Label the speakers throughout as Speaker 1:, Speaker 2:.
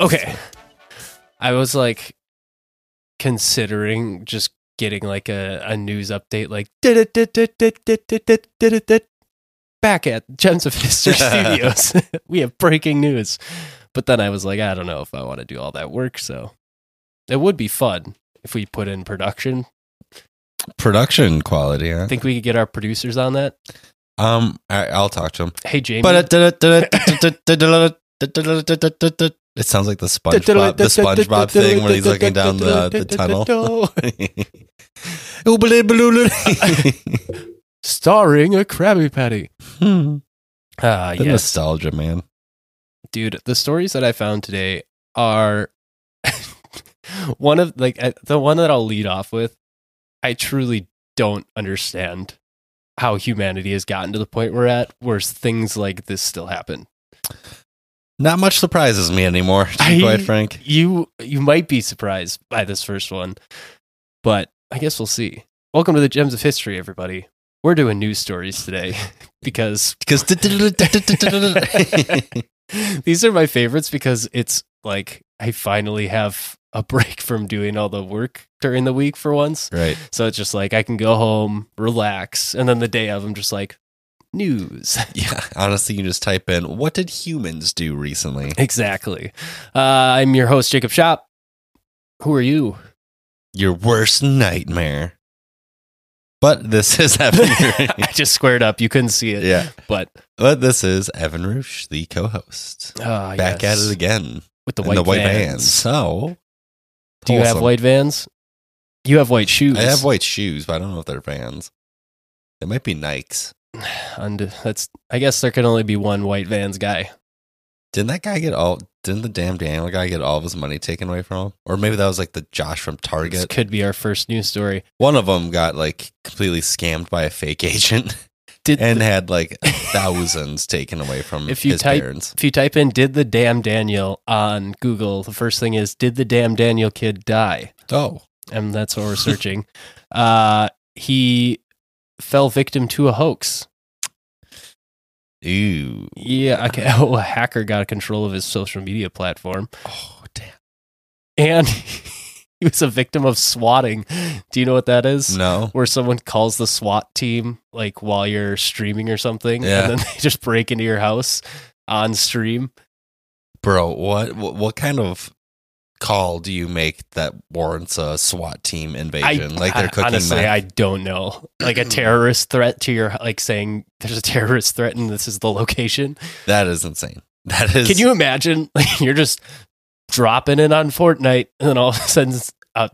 Speaker 1: okay. I was like considering just getting like a, a news update like did it did it did it did it did it did back at Gems of History Studios. we have breaking news. But then I was like, I don't know if I want to do all that work, so it would be fun if we put in production.
Speaker 2: Production quality. Huh?
Speaker 1: I think we could get our producers on that.
Speaker 2: Um, I, I'll talk to him.
Speaker 1: Hey Jamie.
Speaker 2: But uh, it it sounds like the SpongeBob, the SpongeBob thing where he's looking down the, the tunnel.
Speaker 1: Starring a Krabby Patty.
Speaker 2: the
Speaker 1: Ah, yes.
Speaker 2: nostalgia, man.
Speaker 1: dude the stories that i found today are one of like I- the one that i'll lead off with i truly don't understand how humanity has gotten to the point we're at where things like this still happen
Speaker 2: Not much surprises me anymore. To be
Speaker 1: I-
Speaker 2: quite frank,
Speaker 1: you you might be surprised by this first one but i guess we'll see welcome to the gems of history everybody we're doing news stories today because
Speaker 2: because
Speaker 1: These are my favorites because it's like I finally have a break from doing all the work during the week for once.
Speaker 2: right.
Speaker 1: So it's just like I can go home, relax, and then the day of I'm just like news.
Speaker 2: Yeah, honestly, you just type in what did humans do recently.
Speaker 1: exactly. Uh, I'm your host Jacob Shop. Who are you?
Speaker 2: Your worst nightmare. But this is Evan.
Speaker 1: I just squared up. You couldn't see it,
Speaker 2: yeah,
Speaker 1: but
Speaker 2: but this is Evan Roosh, the co-host,
Speaker 1: uh,
Speaker 2: back at
Speaker 1: yes.
Speaker 2: it again
Speaker 1: with the
Speaker 2: in
Speaker 1: white,
Speaker 2: the white
Speaker 1: vans.
Speaker 2: van. So,
Speaker 1: Do you have
Speaker 2: wholesome.
Speaker 1: white vans? You have white shoes.
Speaker 2: I have white shoes, but I don't know if they're Vans. They might be Nikes.
Speaker 1: And that's. I guess there can only be one white vans guy.
Speaker 2: Didn't that guy get all? Didn't the damn Daniel guy get all of his money taken away from him? Or maybe that was like the Josh from
Speaker 1: This
Speaker 2: Target.
Speaker 1: could be our first news story.
Speaker 2: One of them got like completely scammed by a fake agent
Speaker 1: Did
Speaker 2: and
Speaker 1: the-
Speaker 2: had like thousands taken away from
Speaker 1: If you
Speaker 2: his
Speaker 1: type-
Speaker 2: parents.
Speaker 1: if you type in "did the damn Daniel" on Google, the first thing is "did the damn Daniel kid die?"
Speaker 2: Oh,
Speaker 1: and that's what we're searching. uh, he fell victim to a hoax.
Speaker 2: ew!
Speaker 1: Yeah, okay. Oh, a hacker got control of his social media platform,
Speaker 2: Oh, damn!
Speaker 1: and he was a victim of swatting. Do you know what that is?
Speaker 2: No,
Speaker 1: Where someone calls the SWAT team like while you're streaming or something,
Speaker 2: Yeah.
Speaker 1: and then they just break into your house on stream.
Speaker 2: bro. What, what what kind of call do you make that warrants a SWAT team invasion? like they're cooking
Speaker 1: honestly,
Speaker 2: meth?
Speaker 1: I don't know. Like a terrorist threat to your like saying there's a terrorist threat and this is the location.
Speaker 2: that is insane. That is.
Speaker 1: Can you imagine? Like you're just dropping in on Fortnite and then all of a sudden uh,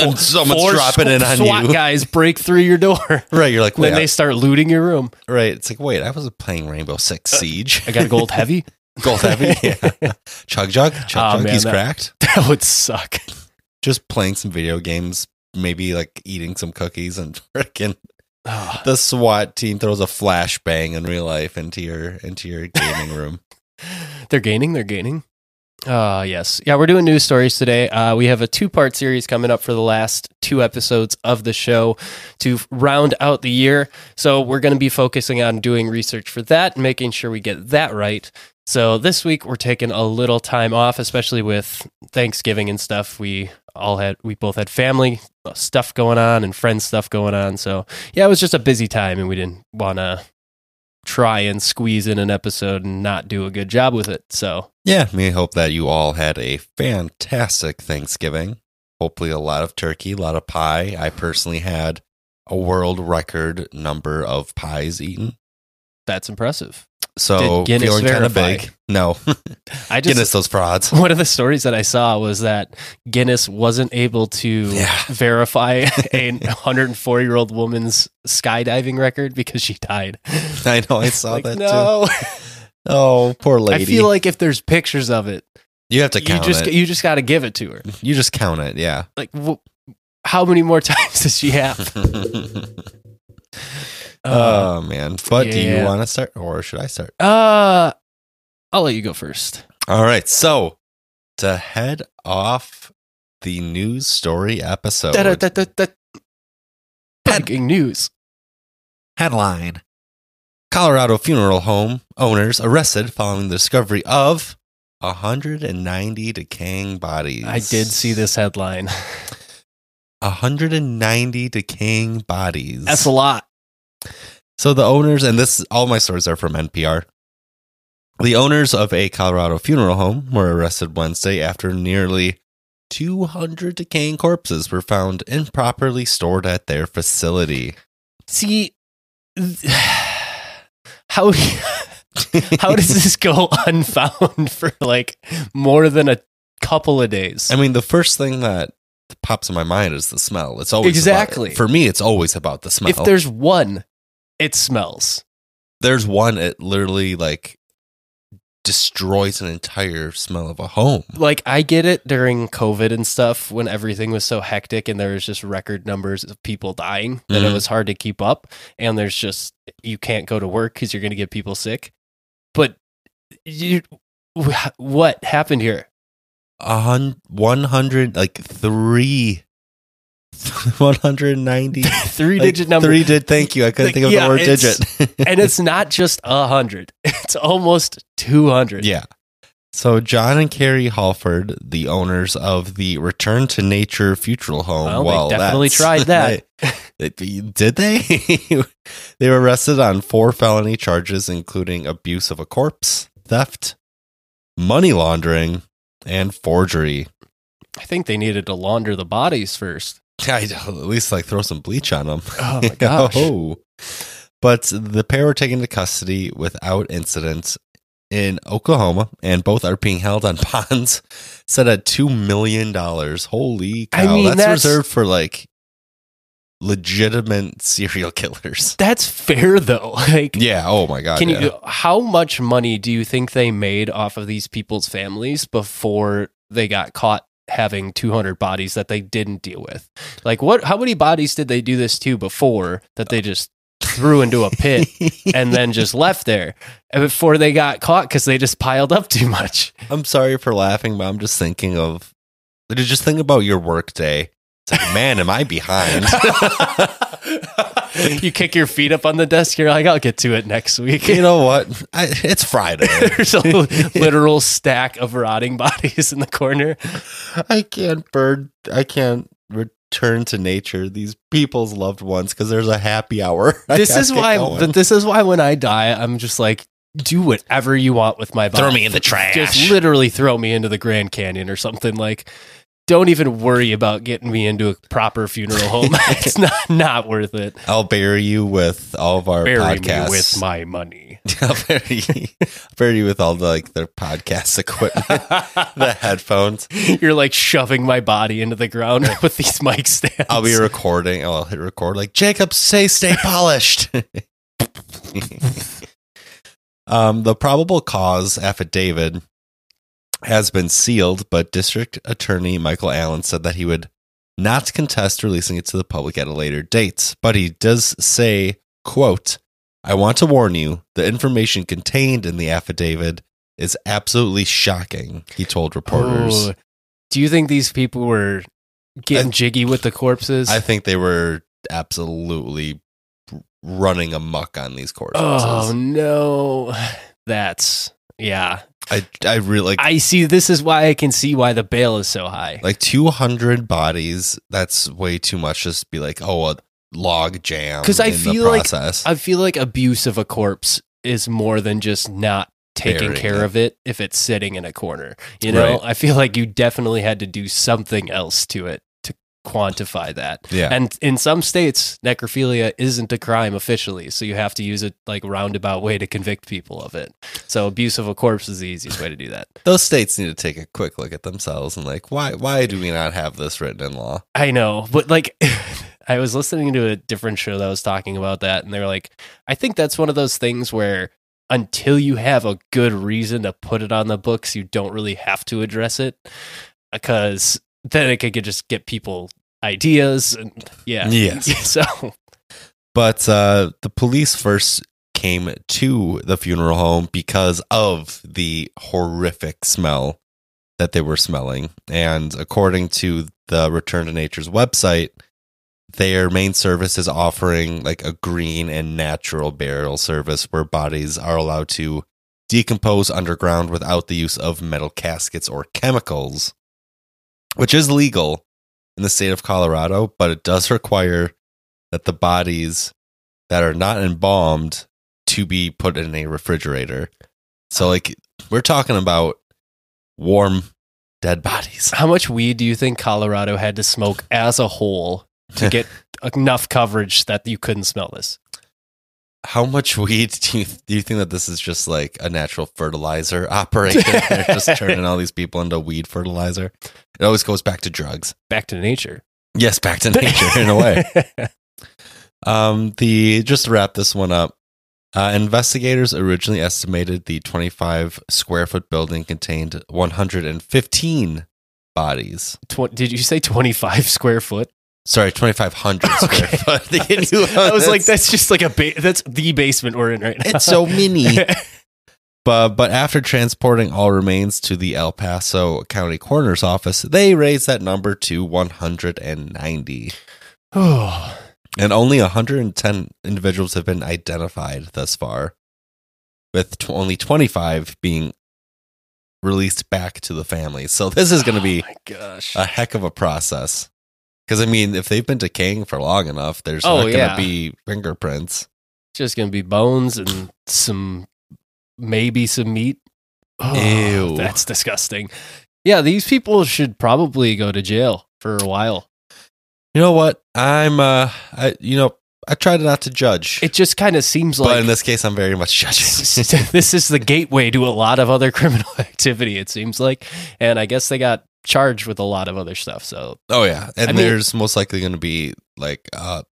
Speaker 2: And someone's dropping in on
Speaker 1: SWAT
Speaker 2: you.
Speaker 1: guys break through your door.
Speaker 2: Right, you're like, wait,
Speaker 1: Then they start looting your room.
Speaker 2: I- right. It's like, wait, I was playing Rainbow Six
Speaker 1: Uh,
Speaker 2: Siege.
Speaker 1: I got a gold heavy.
Speaker 2: gold heavy. Yeah. Chug jug, chug
Speaker 1: Aw,
Speaker 2: jug.
Speaker 1: Oh, man,
Speaker 2: He's
Speaker 1: that-
Speaker 2: cracked.
Speaker 1: That would suck.
Speaker 2: Just playing some video games, maybe like eating some cookies, and freaking
Speaker 1: Ugh.
Speaker 2: the SWAT team throws a flashbang in real life into your into your gaming room.
Speaker 1: They're gaining. They're gaining. Uh, yes. Yeah, we're doing news stories today. Uh, we have a two part series coming up for the last two episodes of the show to round out the year. So we're going to be focusing on doing research for that and making sure we get that right. So this week we're taking a little time off, especially with Thanksgiving and stuff. We all had, we both had family uh, stuff going on and friends stuff going on. So yeah, it was just a busy time and we didn't want to try and squeeze in an episode and not do a good job with it. So
Speaker 2: Yeah, we hope that you all had a fantastic Thanksgiving. Hopefully, a lot of turkey, a lot of pie. I personally had a world record number of pies eaten.
Speaker 1: that's impressive.
Speaker 2: So
Speaker 1: Did Guinness
Speaker 2: feeling kind of
Speaker 1: verify?
Speaker 2: big. No,
Speaker 1: I just
Speaker 2: Guinness those frauds.
Speaker 1: one of the stories that I saw was that Guinness wasn't able to
Speaker 2: Yeah.
Speaker 1: verify a 104 year old woman's skydiving record because she died.
Speaker 2: I know. I saw
Speaker 1: Like,
Speaker 2: that
Speaker 1: no.
Speaker 2: too. Oh, poor lady.
Speaker 1: I feel like if there's pictures of it,
Speaker 2: you have to
Speaker 1: you
Speaker 2: count
Speaker 1: just
Speaker 2: it.
Speaker 1: you just got to give it to her.
Speaker 2: You just count it. Yeah.
Speaker 1: Like, wh- how many more times does she have? Uh,
Speaker 2: oh man. But do you
Speaker 1: yeah.
Speaker 2: want to start, or should I start?
Speaker 1: uh, I'll let you go first.
Speaker 2: All right. So to head off the news story episode
Speaker 1: Da-da-da-da-da. Breaking news.
Speaker 2: headline Colorado funeral home owners arrested following the discovery of 190 decaying bodies.
Speaker 1: I did see this headline.
Speaker 2: 190 decaying bodies.
Speaker 1: That's a lot.
Speaker 2: So the owners, and this all my stories are from NPR. The owners of a Colorado funeral home were arrested Wednesday after nearly 200 decaying corpses were found improperly stored at their facility.
Speaker 1: See, th- how how does this go unfound for like more than a couple of days?
Speaker 2: I mean, the first thing that pops in my mind is the smell. It's always about-
Speaker 1: Exactly.
Speaker 2: for me. It's always about the smell.
Speaker 1: If there's one, it smells.
Speaker 2: there's one, it literally like destroys an entire smell of a home.
Speaker 1: Like I get it during COVID and stuff when everything was so hectic and there was just record numbers of people dying that it
Speaker 2: Mhm.
Speaker 1: was hard to keep up and there's just you can't go to work cuz you're going to get people sick. But you wh- what happened here?
Speaker 2: A hun- 100 like three 190
Speaker 1: Three digit number.
Speaker 2: Three did thank you. I couldn't
Speaker 1: Like,
Speaker 2: think of
Speaker 1: yeah,
Speaker 2: the word
Speaker 1: it's-
Speaker 2: digit.
Speaker 1: and it's not just a hundred; it's almost two hundred.
Speaker 2: yeah. So John and Carrie Halford, the owners of the Return to Nature Futural Home,
Speaker 1: Well, they definitely tried
Speaker 2: that's-
Speaker 1: that.
Speaker 2: they- they- did they? they were arrested on four felony charges, including abuse of a corpse, theft, money laundering, and forgery.
Speaker 1: I think they needed to launder the bodies first.
Speaker 2: I know, at least like throw some bleach on them.
Speaker 1: Oh my gosh!
Speaker 2: Oh. But the pair were taken into custody without incident in Oklahoma, and both are being held on bonds set at two million dollars. Holy cow!
Speaker 1: I mean,
Speaker 2: that's,
Speaker 1: that's-
Speaker 2: reserved for like legitimate serial killers.
Speaker 1: That's fair though. Like,
Speaker 2: Yeah. Oh my god.
Speaker 1: can
Speaker 2: yeah.
Speaker 1: you? How much money do you think they made off of these people's families before they got caught? having 200 bodies that they didn't deal with like what how many bodies did they do this to before that they just threw into a pit and then just left there before they got caught because they just piled up too much.
Speaker 2: I'm sorry for laughing, but I'm just thinking of just think about your work day. It's like, man, am I behind?
Speaker 1: you kick your feet up on the desk. You're like, I'll get to it next week.
Speaker 2: you know what? I, it's Friday.
Speaker 1: There's a literal stack of rotting bodies in the corner.
Speaker 2: I can't bird. I can't return to nature. These people's loved ones because there's a happy hour. I
Speaker 1: This
Speaker 2: gotta
Speaker 1: is
Speaker 2: get
Speaker 1: why.
Speaker 2: going.
Speaker 1: But this is why when I die, I'm just like, do whatever you want with my body.
Speaker 2: throw me in the trash.
Speaker 1: Just literally throw me into the Grand Canyon or something like. Don't even worry about getting me into a proper funeral home. it's not not worth it.
Speaker 2: I'll bury you with all of our
Speaker 1: Bury
Speaker 2: podcasts.
Speaker 1: me with my money.
Speaker 2: I'll bury, bury you with all the like their podcast equipment, the headphones.
Speaker 1: You're like shoving my body into the ground with these mic stands.
Speaker 2: I'll be recording. oh, I'll hit record. Like Jacob, say, stay polished. um, the probable cause affidavit has been sealed, but District Attorney Michael Allen said that he would not contest releasing it to the public at a later date. But he does say, "quote I want to warn you: the information contained in the affidavit is absolutely shocking." He told reporters.
Speaker 1: Ooh. Oh. Do you think these people were getting jiggy with the corpses?
Speaker 2: I think they were absolutely running amok on these courses.
Speaker 1: oh no, that's yeah.
Speaker 2: I I really like,
Speaker 1: I see. This is why I can see why the bail is so high.
Speaker 2: like 200 bodies. That's way too much. Just be like, oh, a log jam.
Speaker 1: 'Cause I
Speaker 2: in the
Speaker 1: feel like
Speaker 2: process.
Speaker 1: I feel like abuse of a corpse is more than just not taking
Speaker 2: Burying
Speaker 1: care
Speaker 2: it.
Speaker 1: of it if it's sitting in a corner. You know,
Speaker 2: Right.
Speaker 1: I feel like you definitely had to do something else to it to quantify that.
Speaker 2: yeah,
Speaker 1: And in some states, necrophilia isn't a crime officially, so you have to use a like roundabout way to convict people of it. So abuse of a corpse is the easiest way to do that.
Speaker 2: those states need to take a quick look at themselves and like, why why do we not have this written in law?
Speaker 1: I know, but like I was listening to a different show that was talking about that and they were like, I think that's one of those things where until you have a good reason to put it on the books, you don't really have to address it because then it could just get people ideas and yeah.
Speaker 2: Yes,
Speaker 1: So
Speaker 2: but uh, the police first came to the funeral home because of the horrific smell that they were smelling. And according to the Return to Nature's website, their main service is offering like a green and natural burial service where bodies are allowed to decompose underground without the use of metal caskets or chemicals, which is legal in the state of Colorado, but it does require that the bodies that are not embalmed to be put in a refrigerator. So, like, we're talking about warm dead bodies.
Speaker 1: How much weed do you think Colorado had to smoke as a whole to get enough coverage that you couldn't smell this?
Speaker 2: How much weed do you, do you think that this is just like a natural fertilizer operation? They're just turning all these people into weed fertilizer. It always goes back to drugs.
Speaker 1: Back to nature.
Speaker 2: Yes, back to nature in a way. Um, the just to wrap this one up, uh, investigators originally estimated the 25 square foot building contained 115 bodies.
Speaker 1: Tw- did you say 25 square foot?
Speaker 2: Sorry, 2,500 square
Speaker 1: Okay.
Speaker 2: foot. They
Speaker 1: I was,
Speaker 2: knew
Speaker 1: I was like,
Speaker 2: that's-
Speaker 1: that's just like a ba- that's the basement we're in right now.
Speaker 2: It's so mini. But, but after transporting all remains to the El Paso County Coroner's Office, they raised that number to 190. And only 110 individuals have been identified thus far, with tw only 25 being released back to the family. So this is going to be
Speaker 1: Oh my gosh.
Speaker 2: a heck of a process. Because, I mean, if they've been decaying for long enough, there's
Speaker 1: Oh,
Speaker 2: not going to
Speaker 1: yeah.
Speaker 2: be fingerprints.
Speaker 1: just gonna be bones and some maybe some meat. Oh,
Speaker 2: Ew.
Speaker 1: that's disgusting. Yeah, these people should probably go to jail for a while.
Speaker 2: You know what? I'm, uh, I, you know, I try not to judge.
Speaker 1: It just kind of seems
Speaker 2: but
Speaker 1: like
Speaker 2: in this case, I'm very much judging.
Speaker 1: this is the gateway to a lot of other criminal activity. It seems like, and I guess they got charged with a lot of other stuff. So
Speaker 2: oh, yeah. And
Speaker 1: I mean-
Speaker 2: there's most likely going to be like a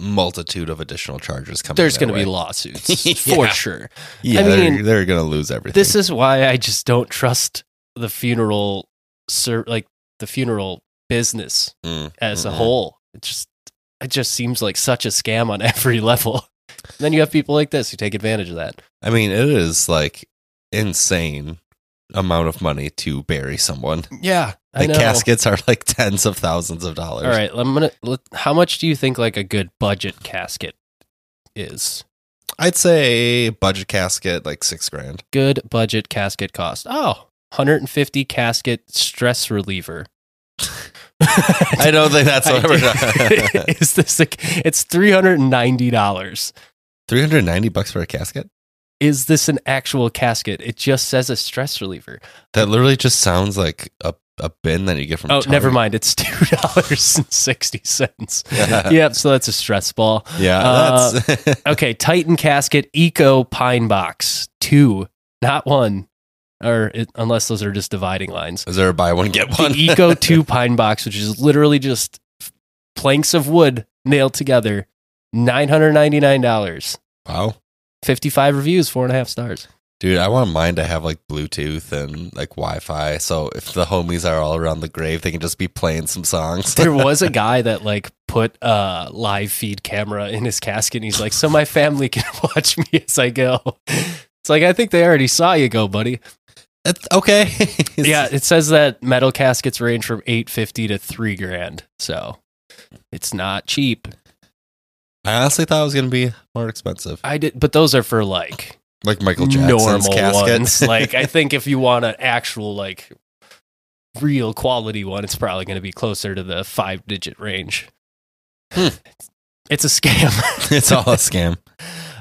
Speaker 2: multitude of additional charges coming.
Speaker 1: there's
Speaker 2: going to
Speaker 1: be lawsuits for
Speaker 2: Yeah.
Speaker 1: sure.
Speaker 2: Yeah,
Speaker 1: I
Speaker 2: they're,
Speaker 1: mean,
Speaker 2: they're gonna lose everything.
Speaker 1: This is why I just don't trust the funeral, ser- like the funeral business
Speaker 2: Mm,
Speaker 1: as a
Speaker 2: mm-mm.
Speaker 1: whole. It just it just seems like such a scam on every level. then you have people like this who take advantage of that.
Speaker 2: I mean, it is like insane amount of money to bury someone.
Speaker 1: Yeah, I
Speaker 2: The
Speaker 1: know.
Speaker 2: caskets are like tens of thousands of dollars.
Speaker 1: All right, I'm gonna. Let, how much do you think like a good budget casket is?
Speaker 2: I'd say budget casket like six grand.
Speaker 1: Good budget casket cost. Oh. 150 casket stress reliever.
Speaker 2: I don't think that's what we're
Speaker 1: is this a, it's $390.
Speaker 2: Three hundred ninety bucks for a casket.
Speaker 1: Is this an actual casket? It just says a stress reliever.
Speaker 2: That literally just sounds like a, a bin that you get from.
Speaker 1: Oh,
Speaker 2: Target.
Speaker 1: never mind. It's two dollars and sixty cents.
Speaker 2: Yeah.
Speaker 1: yep. So that's a stress ball.
Speaker 2: Yeah,
Speaker 1: Uh,
Speaker 2: that's
Speaker 1: Okay, Titan casket eco pine box two, not one, or it, unless those are just dividing lines.
Speaker 2: is there a buy one get
Speaker 1: The
Speaker 2: one?
Speaker 1: eco two pine box, which is literally just planks of wood nailed together, nine hundred ninety nine dollars.
Speaker 2: wow,
Speaker 1: 55 reviews, four and a half stars.
Speaker 2: dude, I want mine to have like Bluetooth and like Wi-Fi. So if the homies are all around the grave, they can just be playing some songs.
Speaker 1: There was a guy that like put a live feed camera in his casket and he's like, so my family can watch me as I go. It's like, I think they already saw you go, buddy.
Speaker 2: That's- okay.
Speaker 1: yeah, it says that metal caskets range from eight fifty to three grand, so it's not cheap.
Speaker 2: I honestly thought it was going to be more expensive.
Speaker 1: I did, but those are for like
Speaker 2: Like Michael Jackson's
Speaker 1: normal
Speaker 2: casket.
Speaker 1: ones. like I think if you want an actual like real quality one, it's probably going to be closer to the five digit range.
Speaker 2: Hmm.
Speaker 1: It's a scam.
Speaker 2: it's all a scam.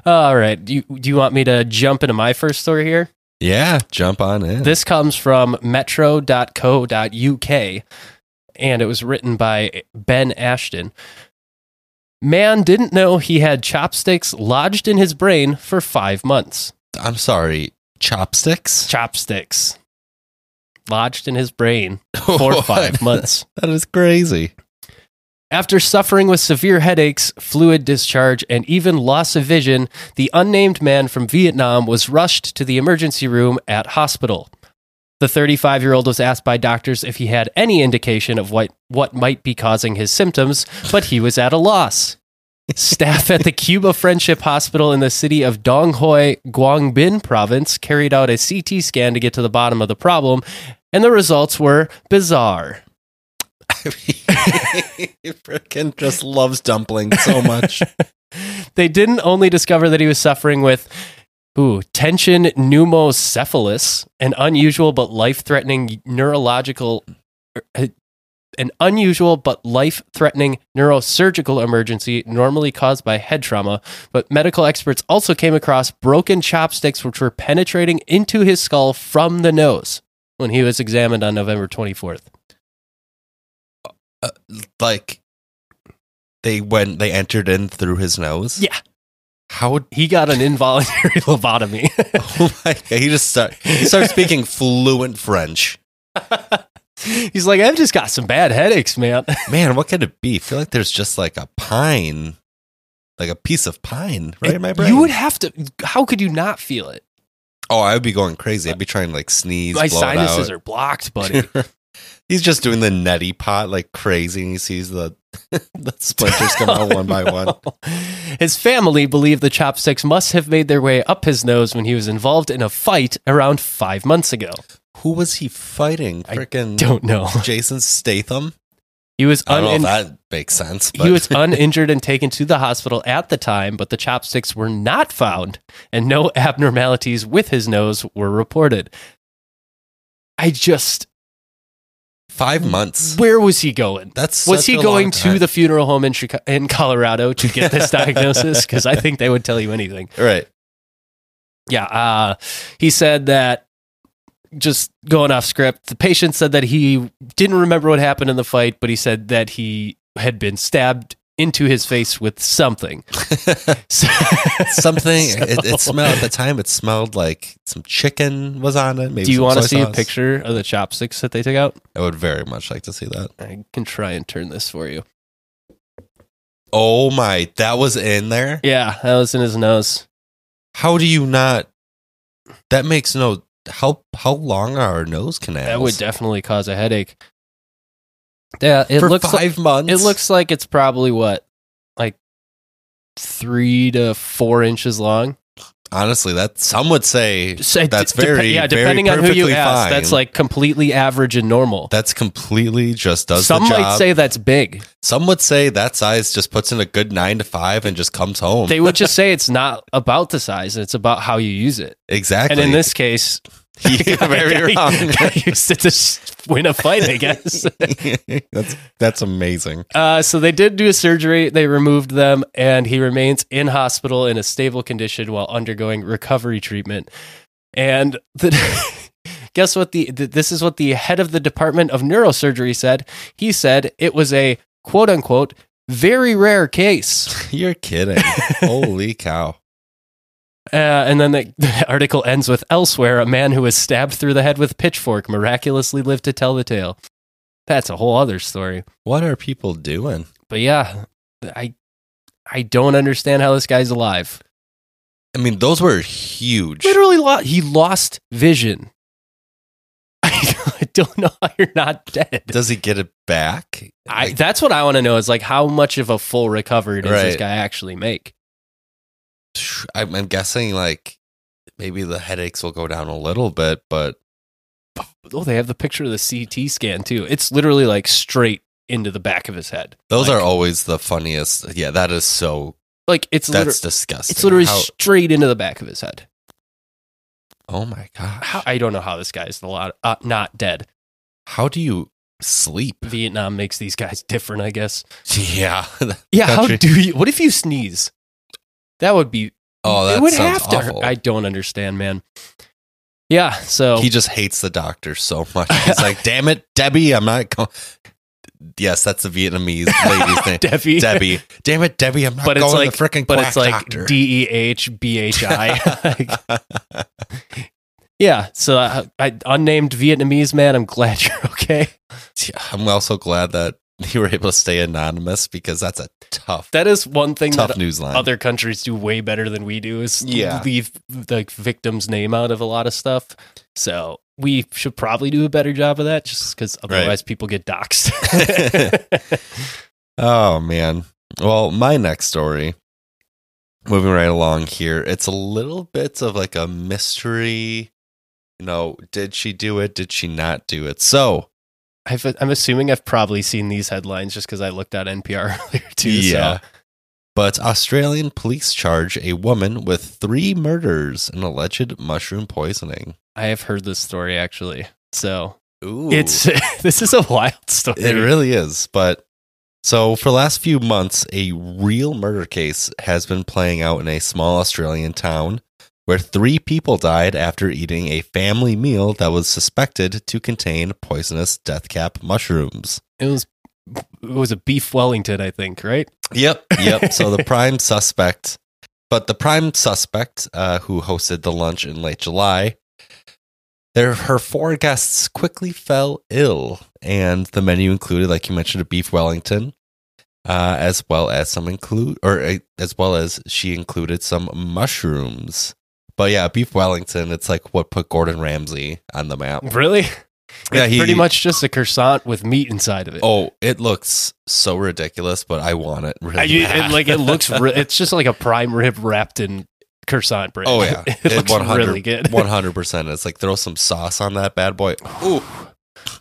Speaker 1: All right, do you, do you want me to jump into my first story here?
Speaker 2: Yeah, jump on in.
Speaker 1: This comes from metro.co.uk and it was written by Ben Ashton. Man didn't know he had chopsticks lodged in his brain for five months.
Speaker 2: I'm sorry. Chopsticks
Speaker 1: Chopsticks lodged in his brain for five months.
Speaker 2: That is crazy.
Speaker 1: After suffering with severe headaches, fluid discharge, and even loss of vision, the unnamed man from Vietnam was rushed to the emergency room at hospital. The 35 year old was asked by doctors if he had any indication of what, what might be causing his symptoms, but he was at a loss. Staff at the Cuba Friendship Hospital in the city of Dong Hoi, Guangbin province, carried out a CT scan to get to the bottom of the problem, and the results were bizarre.
Speaker 2: I mean, he freaking just loves dumplings so much.
Speaker 1: they didn't only discover that he was suffering with Ooh, tension pneumocephalus, an unusual but life-threatening neurological er, an unusual but life-threatening neurosurgical emergency normally caused by head trauma, but medical experts also came across broken chopsticks which were penetrating into his skull from the nose when he was examined on November 24th.
Speaker 2: Uh, like they went, they entered in through his nose.
Speaker 1: Yeah.
Speaker 2: How?
Speaker 1: He got an involuntary lobotomy.
Speaker 2: Oh my! God, he just start, he starts speaking fluent French.
Speaker 1: He's like, I've just got some bad headaches, man.
Speaker 2: Man, what could it be? I feel like there's just like a pine, like a piece of pine right in my brain.
Speaker 1: You would have to. How could you not feel it?
Speaker 2: oh, I would be going crazy. I'd be trying to like sneeze.
Speaker 1: My
Speaker 2: blow it
Speaker 1: sinuses
Speaker 2: out.
Speaker 1: are blocked, buddy.
Speaker 2: He's just doing the neti pot like crazy, and he sees the the splinters come out one by one.
Speaker 1: His family believe the chopsticks must have made their way up his nose when he was involved in a fight around five months ago.
Speaker 2: Who was he fighting?
Speaker 1: I
Speaker 2: Freaking
Speaker 1: Don't know.
Speaker 2: Jason Statham.
Speaker 1: He was
Speaker 2: I don't know if
Speaker 1: unin-
Speaker 2: that makes sense. But
Speaker 1: He was uninjured and taken to the hospital at the time, but the chopsticks were not found and no abnormalities with his nose were reported. I just,
Speaker 2: five months.
Speaker 1: where was he going?
Speaker 2: That's
Speaker 1: was
Speaker 2: such
Speaker 1: he
Speaker 2: a
Speaker 1: going
Speaker 2: long
Speaker 1: to
Speaker 2: time.
Speaker 1: the funeral home in Chicago, in Colorado to get this diagnosis? Because I think they would tell you anything.
Speaker 2: right?
Speaker 1: Yeah, uh, he said that. Just going off script, the patient said that he didn't remember what happened in the fight, but he said that he had been stabbed into his face with something. So-
Speaker 2: Something it,
Speaker 1: So-
Speaker 2: it smelled at the time. It smelled like some chicken was on it. Maybe
Speaker 1: Do you
Speaker 2: some
Speaker 1: want to
Speaker 2: soy
Speaker 1: see a
Speaker 2: sauce.
Speaker 1: picture of the chopsticks that they took out?
Speaker 2: I would very much like to see that.
Speaker 1: I can try and turn this for you.
Speaker 2: Oh my! That was in there.
Speaker 1: Yeah, that was in his nose.
Speaker 2: How do you not? That makes no. How how long are our nose canals?
Speaker 1: That would definitely cause a headache. Yeah, it
Speaker 2: for
Speaker 1: looks like,
Speaker 2: five months.
Speaker 1: it looks like it's probably what like three to four inches long.
Speaker 2: honestly that some would say
Speaker 1: So it
Speaker 2: That's
Speaker 1: de- depe-
Speaker 2: very-
Speaker 1: yeah.
Speaker 2: very
Speaker 1: Depending on who you
Speaker 2: perfectly
Speaker 1: ask,
Speaker 2: fine.
Speaker 1: that's like completely average and normal.
Speaker 2: that's completely just does
Speaker 1: Some
Speaker 2: the job.
Speaker 1: might say that's big.
Speaker 2: some would say that size just puts in a good nine to five and just comes home.
Speaker 1: They would just say it's not about the size; it's about how you use it.
Speaker 2: exactly.
Speaker 1: And in this case,
Speaker 2: You're very wrong.
Speaker 1: I used it to s- win a fight, I guess.
Speaker 2: that's that's amazing.
Speaker 1: Uh, so they did do a surgery. They removed them, and he remains in hospital in a stable condition while undergoing recovery treatment. And the, guess what? The, th- this is what the head of the department of neurosurgery said. He said it was a quote unquote very rare case.
Speaker 2: You're kidding. Holy cow.
Speaker 1: Uh, and then the, the article ends with elsewhere a man who was stabbed through the head with pitchfork miraculously lived to tell the tale. That's a whole other story.
Speaker 2: What are people doing?
Speaker 1: but yeah, I I don't understand how this guy's alive.
Speaker 2: I mean, those were huge.
Speaker 1: Literally, lo- he lost vision. I don't know how you're not dead.
Speaker 2: Does he get it back?
Speaker 1: I,
Speaker 2: Like,
Speaker 1: that's what I want to know is like how much of a full recovery does this
Speaker 2: Right.
Speaker 1: guy actually make?
Speaker 2: psh, I'm, I'm guessing like maybe the headaches will go down a little bit, but
Speaker 1: Oh, they have the picture of the CT scan too. It's literally like straight into the back of his head.
Speaker 2: those
Speaker 1: Like-
Speaker 2: are always the funniest. Yeah, that is so.
Speaker 1: Like it's
Speaker 2: That's
Speaker 1: literally
Speaker 2: disgusting.
Speaker 1: it's literally
Speaker 2: How-
Speaker 1: straight into the back of his head.
Speaker 2: oh my god.
Speaker 1: How,
Speaker 2: How,
Speaker 1: I don't know how this guy's the lot, uh, not dead.
Speaker 2: do you sleep?
Speaker 1: Vietnam makes these guys different, I guess.
Speaker 2: Yeah.
Speaker 1: Yeah, how
Speaker 2: country.
Speaker 1: do you? What if you sneeze? That would be.
Speaker 2: oh,
Speaker 1: it
Speaker 2: that
Speaker 1: would
Speaker 2: sounds
Speaker 1: have to. hurt.
Speaker 2: awful.
Speaker 1: I don't understand, man. Yeah, so
Speaker 2: He just hates the doctor so much. He's like, "Damn it, Debbie, I'm not going." Yes, that's the Vietnamese lady's name.
Speaker 1: Debbie,
Speaker 2: Debbie. Damn it, Debbie, I'm not
Speaker 1: But it's
Speaker 2: going to
Speaker 1: like-
Speaker 2: the freaking
Speaker 1: but
Speaker 2: quack
Speaker 1: it's like
Speaker 2: doctor.
Speaker 1: D E H B H I. Like, Yeah, so I, I unnamed Vietnamese man. I'm glad you're okay.
Speaker 2: I'm also glad that you were able to stay anonymous because that's a tough,
Speaker 1: That is one thing
Speaker 2: tough
Speaker 1: that
Speaker 2: news line.
Speaker 1: other countries do way better than we do is
Speaker 2: Yeah.
Speaker 1: leave the victim's name out of a lot of stuff. So we should probably do a better job of that, just because otherwise people get doxxed.
Speaker 2: oh man. Well, my next story, moving right along here, it's a little bit of like a mystery. You know, did she do it? Did she not do it? So
Speaker 1: I've, I'm assuming I've probably seen these headlines just because I looked at NPR earlier too. so-
Speaker 2: yeah, But Australian police charge a woman with three murders and alleged mushroom poisoning.
Speaker 1: I have heard this story actually. So
Speaker 2: Ooh.
Speaker 1: it's this is a wild story.
Speaker 2: It really is. But so for the last few months, a real murder case has been playing out in a small Australian town where three people died after eating a family meal that was suspected to contain poisonous deathcap mushrooms.
Speaker 1: It was it was a beef Wellington, I think, right?
Speaker 2: Yep. Yep. so the prime suspect, but the prime suspect uh, who hosted the lunch in late July, their, her four guests quickly fell ill. And the menu included, like you mentioned, a beef Wellington, uh, as well as some include, or uh, as well as she included some mushrooms. But yeah, beef Wellington, it's like what put Gordon Ramsay on the map.
Speaker 1: Really?
Speaker 2: Yeah,
Speaker 1: It's pretty much just a croissant with meat inside of it.
Speaker 2: Oh, it looks so ridiculous, but I want it really.
Speaker 1: I- Uh, you- it-
Speaker 2: bad.
Speaker 1: like it looks, re- it's just like a prime rib wrapped in croissant bread.
Speaker 2: Oh yeah,
Speaker 1: it, looks really good.
Speaker 2: One hundred percent. It's like throw some sauce on that bad boy. Ooh.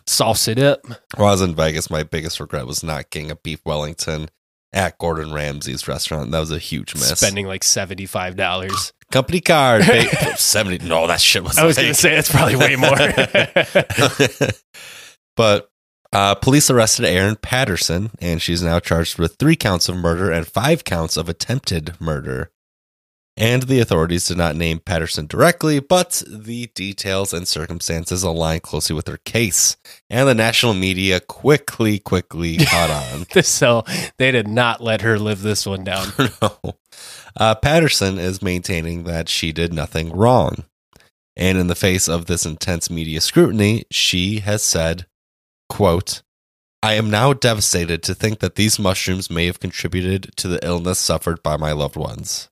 Speaker 1: Sauce it up.
Speaker 2: When I was in Vegas, my biggest regret was not getting a beef Wellington at Gordon Ramsay's restaurant. That was a huge miss.
Speaker 1: Spending like seventy five dollars.
Speaker 2: Company card, ba- seventy. No, that shit was.
Speaker 1: I was gonna
Speaker 2: like-
Speaker 1: say that's probably way more.
Speaker 2: but uh, police arrested Erin Patterson, and she's now charged with three counts of murder and five counts of attempted murder. And the authorities did not name Patterson directly, but the details and circumstances align closely with her case. And the national media quickly, quickly caught on.
Speaker 1: so they did not let her live this one down.
Speaker 2: no. Uh, Patterson is maintaining that she did nothing wrong. And in the face of this intense media scrutiny, she has said, quote, I am now devastated to think that these mushrooms may have contributed to the illness suffered by my loved ones.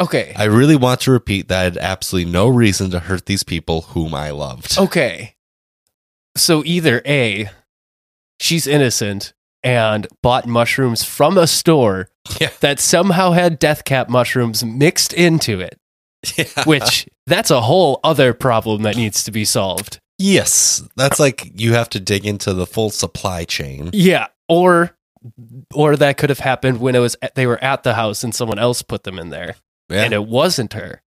Speaker 1: Okay.
Speaker 2: I really want to repeat that I had absolutely no reason to hurt these people whom I loved.
Speaker 1: Oh, Okay. So either A, she's innocent and bought mushrooms from a store
Speaker 2: Yeah.
Speaker 1: that somehow had death cap mushrooms mixed into it, which that's a whole other problem that needs to be solved.
Speaker 2: yes, that's like you have to dig into the full supply chain.
Speaker 1: Yeah, or or that could have happened when it was they were at the house and someone else put them in there
Speaker 2: Yeah.
Speaker 1: and it wasn't her.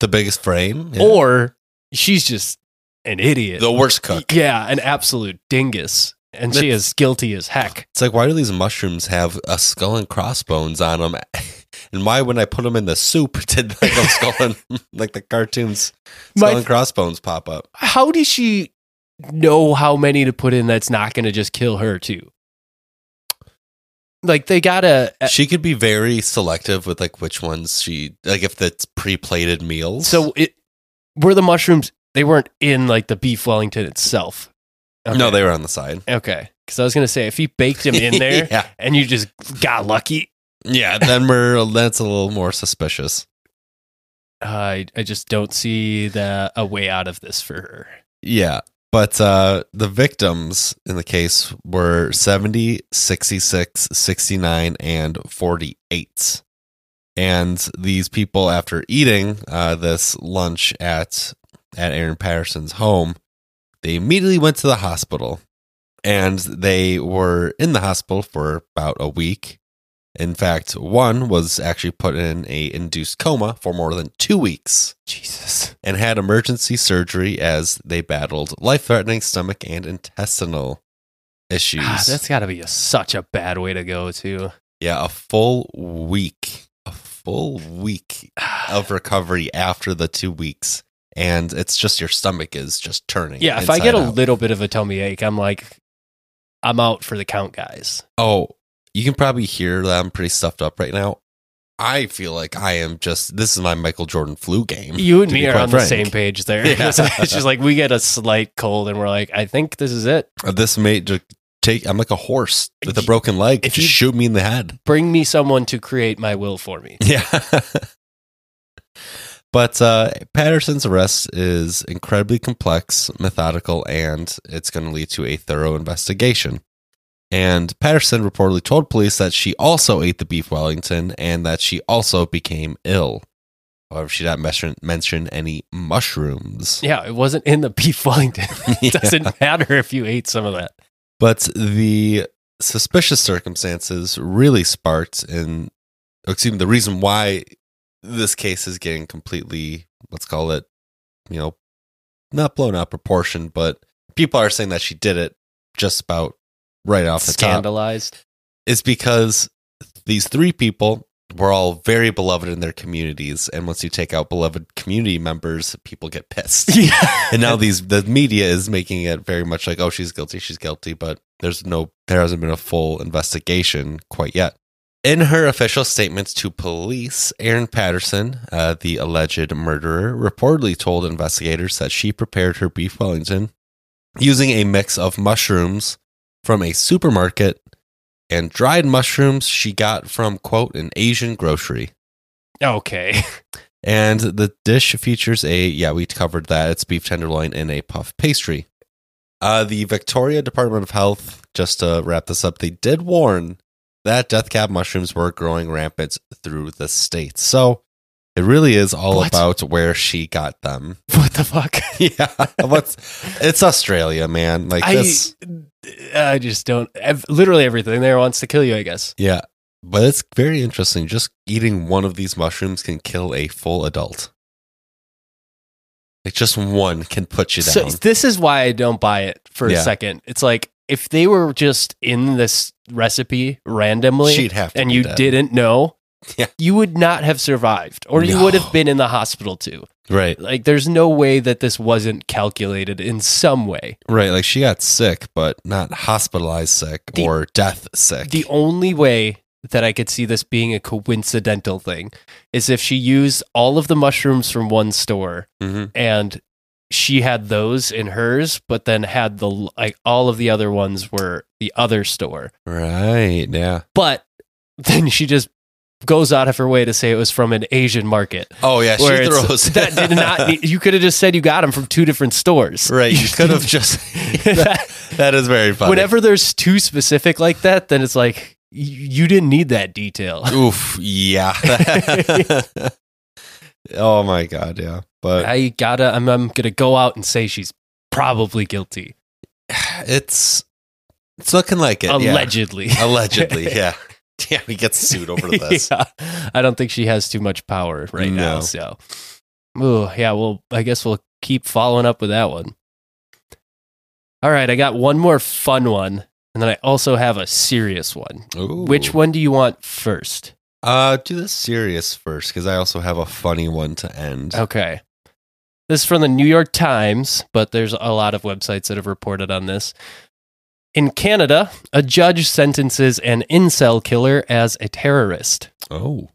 Speaker 2: the biggest frame. Yeah.
Speaker 1: Or she's just an idiot.
Speaker 2: the worst cook.
Speaker 1: Yeah, an absolute dingus. And she is guilty as heck.
Speaker 2: It's like, why do these mushrooms have a skull and crossbones on them? And why, when I put them in the soup, did like a skull and like the cartoons skull
Speaker 1: My-
Speaker 2: and crossbones pop up?
Speaker 1: how does she know how many to put in that's not going to just kill her too? Like they gotta. uh,
Speaker 2: She could be very selective with like which ones she like if it's pre-plated meals.
Speaker 1: So it were the mushrooms. They weren't in like the beef Wellington itself.
Speaker 2: no, they were on the side.
Speaker 1: were okay. Because I was gonna say if he baked them in there
Speaker 2: yeah,
Speaker 1: and you just got lucky,
Speaker 2: yeah. Then we're that's a little more suspicious.
Speaker 1: I I just don't see the a way out of this for her.
Speaker 2: Yeah. But uh, the victims in the case were 70, 66, 69, and 48. And these people, after eating uh, this lunch at, at Aaron Patterson's home, they immediately went to the hospital. And they were in the hospital for about a week. In fact, one was actually put in a induced coma for more than two weeks
Speaker 1: Jesus.
Speaker 2: and had emergency surgery as they battled life threatening stomach and intestinal issues.
Speaker 1: Ah, that's got to be a, such a bad way to go too.
Speaker 2: yeah, a full week, a full week of recovery after the two weeks. And it's just your stomach is just turning.
Speaker 1: Yeah, if I get a
Speaker 2: inside out.
Speaker 1: little bit of a tummy ache, I'm like, I'm out for the count, guys.
Speaker 2: Oh, you can probably hear that I'm pretty stuffed up right now. I feel like I am just, this is my Michael Jordan flu game.
Speaker 1: You and
Speaker 2: Mm-hmm. to be
Speaker 1: me are
Speaker 2: quite
Speaker 1: on
Speaker 2: frank.
Speaker 1: the same page there.
Speaker 2: Yeah.
Speaker 1: it's just like we get a slight cold and we're like, I think this is it.
Speaker 2: This may just take, I'm like a horse with a broken leg.
Speaker 1: If
Speaker 2: Just
Speaker 1: you-
Speaker 2: shoot me in the head.
Speaker 1: Bring me someone to create my will for me.
Speaker 2: Yeah. but uh, Patterson's arrest is incredibly complex, methodical, and it's going to lead to a thorough investigation. And Patterson reportedly told police that she also ate the beef Wellington and that she also became ill. However, she did not mention, mention any mushrooms.
Speaker 1: Yeah, it wasn't in the beef Wellington.
Speaker 2: Yeah.
Speaker 1: It doesn't matter if you ate some of that.
Speaker 2: But the suspicious circumstances really sparked, and oh, excuse me, the reason why this case is getting completely, let's call it, you know, not blown out of proportion, but people are saying that she did it just about right off the top
Speaker 1: Scandalized.
Speaker 2: is because these three people were all very beloved in their communities, and once you take out beloved community members, people get pissed.
Speaker 1: Yeah.
Speaker 2: and now these the media is making it very much like oh she's guilty she's guilty but there's no there hasn't been a full investigation quite yet in her official statements to police aaron patterson uh, the alleged murderer reportedly told investigators that she prepared her beef wellington using a mix of mushrooms from a supermarket and dried mushrooms she got from quote an asian grocery
Speaker 1: okay.
Speaker 2: and the dish features a, yeah, we covered that. It's beef tenderloin in a puff pastry. Uh, the Victoria Department of Health, just to wrap this up, they did warn that death cab mushrooms were growing rampant through the state. So it really is all
Speaker 1: What?
Speaker 2: about where she got them.
Speaker 1: What the fuck?
Speaker 2: yeah. What's, it's Australia, man. Like
Speaker 1: I,
Speaker 2: this.
Speaker 1: I just don't. ev- Literally everything there wants to kill you, I guess.
Speaker 2: Yeah. But it's very interesting. Just eating one of these mushrooms can kill a full adult. Like just one can put you down.
Speaker 1: So this is why I don't buy it for
Speaker 2: Yeah.
Speaker 1: a second. It's like if they were just in this recipe randomly
Speaker 2: She'd have to
Speaker 1: and
Speaker 2: be
Speaker 1: you
Speaker 2: dead.
Speaker 1: didn't know,
Speaker 2: Yeah.
Speaker 1: you would not have survived or you
Speaker 2: No.
Speaker 1: would have been in the hospital too.
Speaker 2: right,
Speaker 1: Like there's no way that this wasn't calculated in some way.
Speaker 2: right. Like she got sick, but not hospitalized sick
Speaker 1: The-
Speaker 2: or death sick.
Speaker 1: The only way that I could see this being a coincidental thing is if she used all of the mushrooms from one store
Speaker 2: Mhm.
Speaker 1: and she had those in hers, but then had the like all of the other ones were the other store.
Speaker 2: Right, yeah.
Speaker 1: But then she just goes out of her way to say it was from an Asian market.
Speaker 2: Oh yeah,
Speaker 1: Where
Speaker 2: she
Speaker 1: it's-
Speaker 2: throws
Speaker 1: that did not. need- You could have just said you got them from two different stores.
Speaker 2: right, you could have just. that, that is very funny.
Speaker 1: Whenever there's too specific like that, then it's like y- you didn't need that detail.
Speaker 2: Oof. Yeah. oh my god. Yeah. But
Speaker 1: I gotta. I'm, I'm gonna go out and say she's probably guilty,
Speaker 2: it's it's looking like it. yeah.
Speaker 1: allegedly.
Speaker 2: Allegedly. Yeah. Yeah. We get sued over this.
Speaker 1: Yeah. I don't think she has too much power right now.
Speaker 2: No.
Speaker 1: So, ooh, yeah. Well, I guess we'll keep following up with that one. All right, I got one more fun one, and then I also have a serious one.
Speaker 2: Ooh.
Speaker 1: Which one do you want first?
Speaker 2: Uh, do this serious first, because I also have a funny one to end.
Speaker 1: Okay. This is from the New York Times, but there's a lot of websites that have reported on this. In Canada, a judge sentences an incel killer as a terrorist.
Speaker 2: Oh.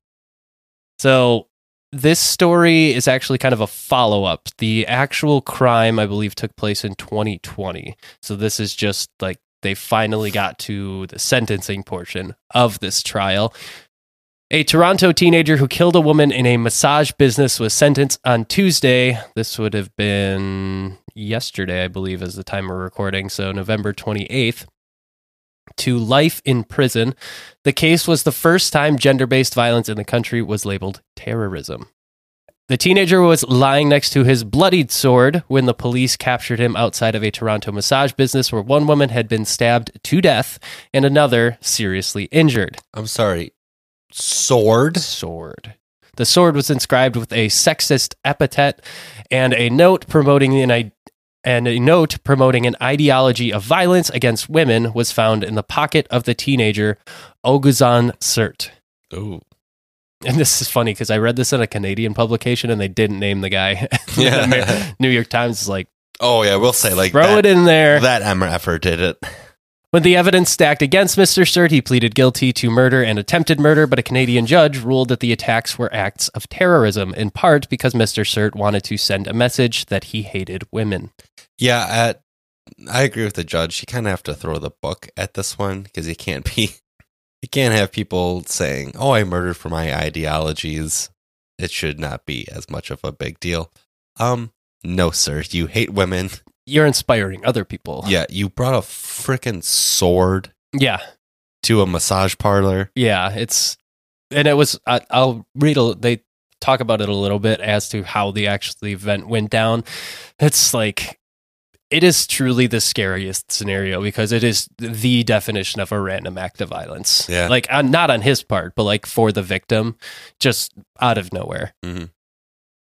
Speaker 1: So this story is actually kind of a follow up. The actual crime, I believe, took place in 2020. So this is just like they finally got to the sentencing portion of this trial. A Toronto teenager who killed a woman in a massage business was sentenced on Tuesday. This would have been yesterday, I believe, is the time we're recording. So November 28th to life in prison the case was the first time gender based violence in the country was labeled terrorism. The teenager was lying next to his bloodied sword when the police captured him outside of a Toronto massage business where one woman had been stabbed to death and another seriously injured.
Speaker 2: I'm sorry. Sword?
Speaker 1: Sword. The sword was inscribed with a sexist epithet and a note promoting an I- and a note promoting an ideology of violence against women was found in the pocket of the teenager Oguzan Sert.
Speaker 2: Ooh.
Speaker 1: and this is funny because I read this in a Canadian publication and they didn't name the guy.
Speaker 2: Yeah.
Speaker 1: The Amer- New York Times is like,
Speaker 2: Oh yeah, we'll say like
Speaker 1: throw it
Speaker 2: that,
Speaker 1: in there.
Speaker 2: that Emmer effort did it.
Speaker 1: When the evidence stacked against Mr. Sturt, he pleaded guilty to murder and attempted murder, but a Canadian judge ruled that the attacks were acts of terrorism, in part because Mr. Sturt wanted to send a message that he hated women.
Speaker 2: Yeah, at, I agree with the judge. You kind of have to throw the book at this one because you can't be, you can't have people saying, "Oh, I murdered for my ideologies." It should not be as much of a big deal. Um, no, sir, you hate women.
Speaker 1: You're inspiring other people.
Speaker 2: Yeah, you brought a freaking sword
Speaker 1: Yeah.
Speaker 2: to a massage parlor.
Speaker 1: Yeah, it's and it was. I, I'll read. A, they talk about it a little bit as to how the actual the event went down. It's like it is truly the scariest scenario because it is the definition of a random act of violence.
Speaker 2: Yeah.
Speaker 1: Like, on, not on his part, but like for the victim, just out of nowhere.
Speaker 2: Mhm.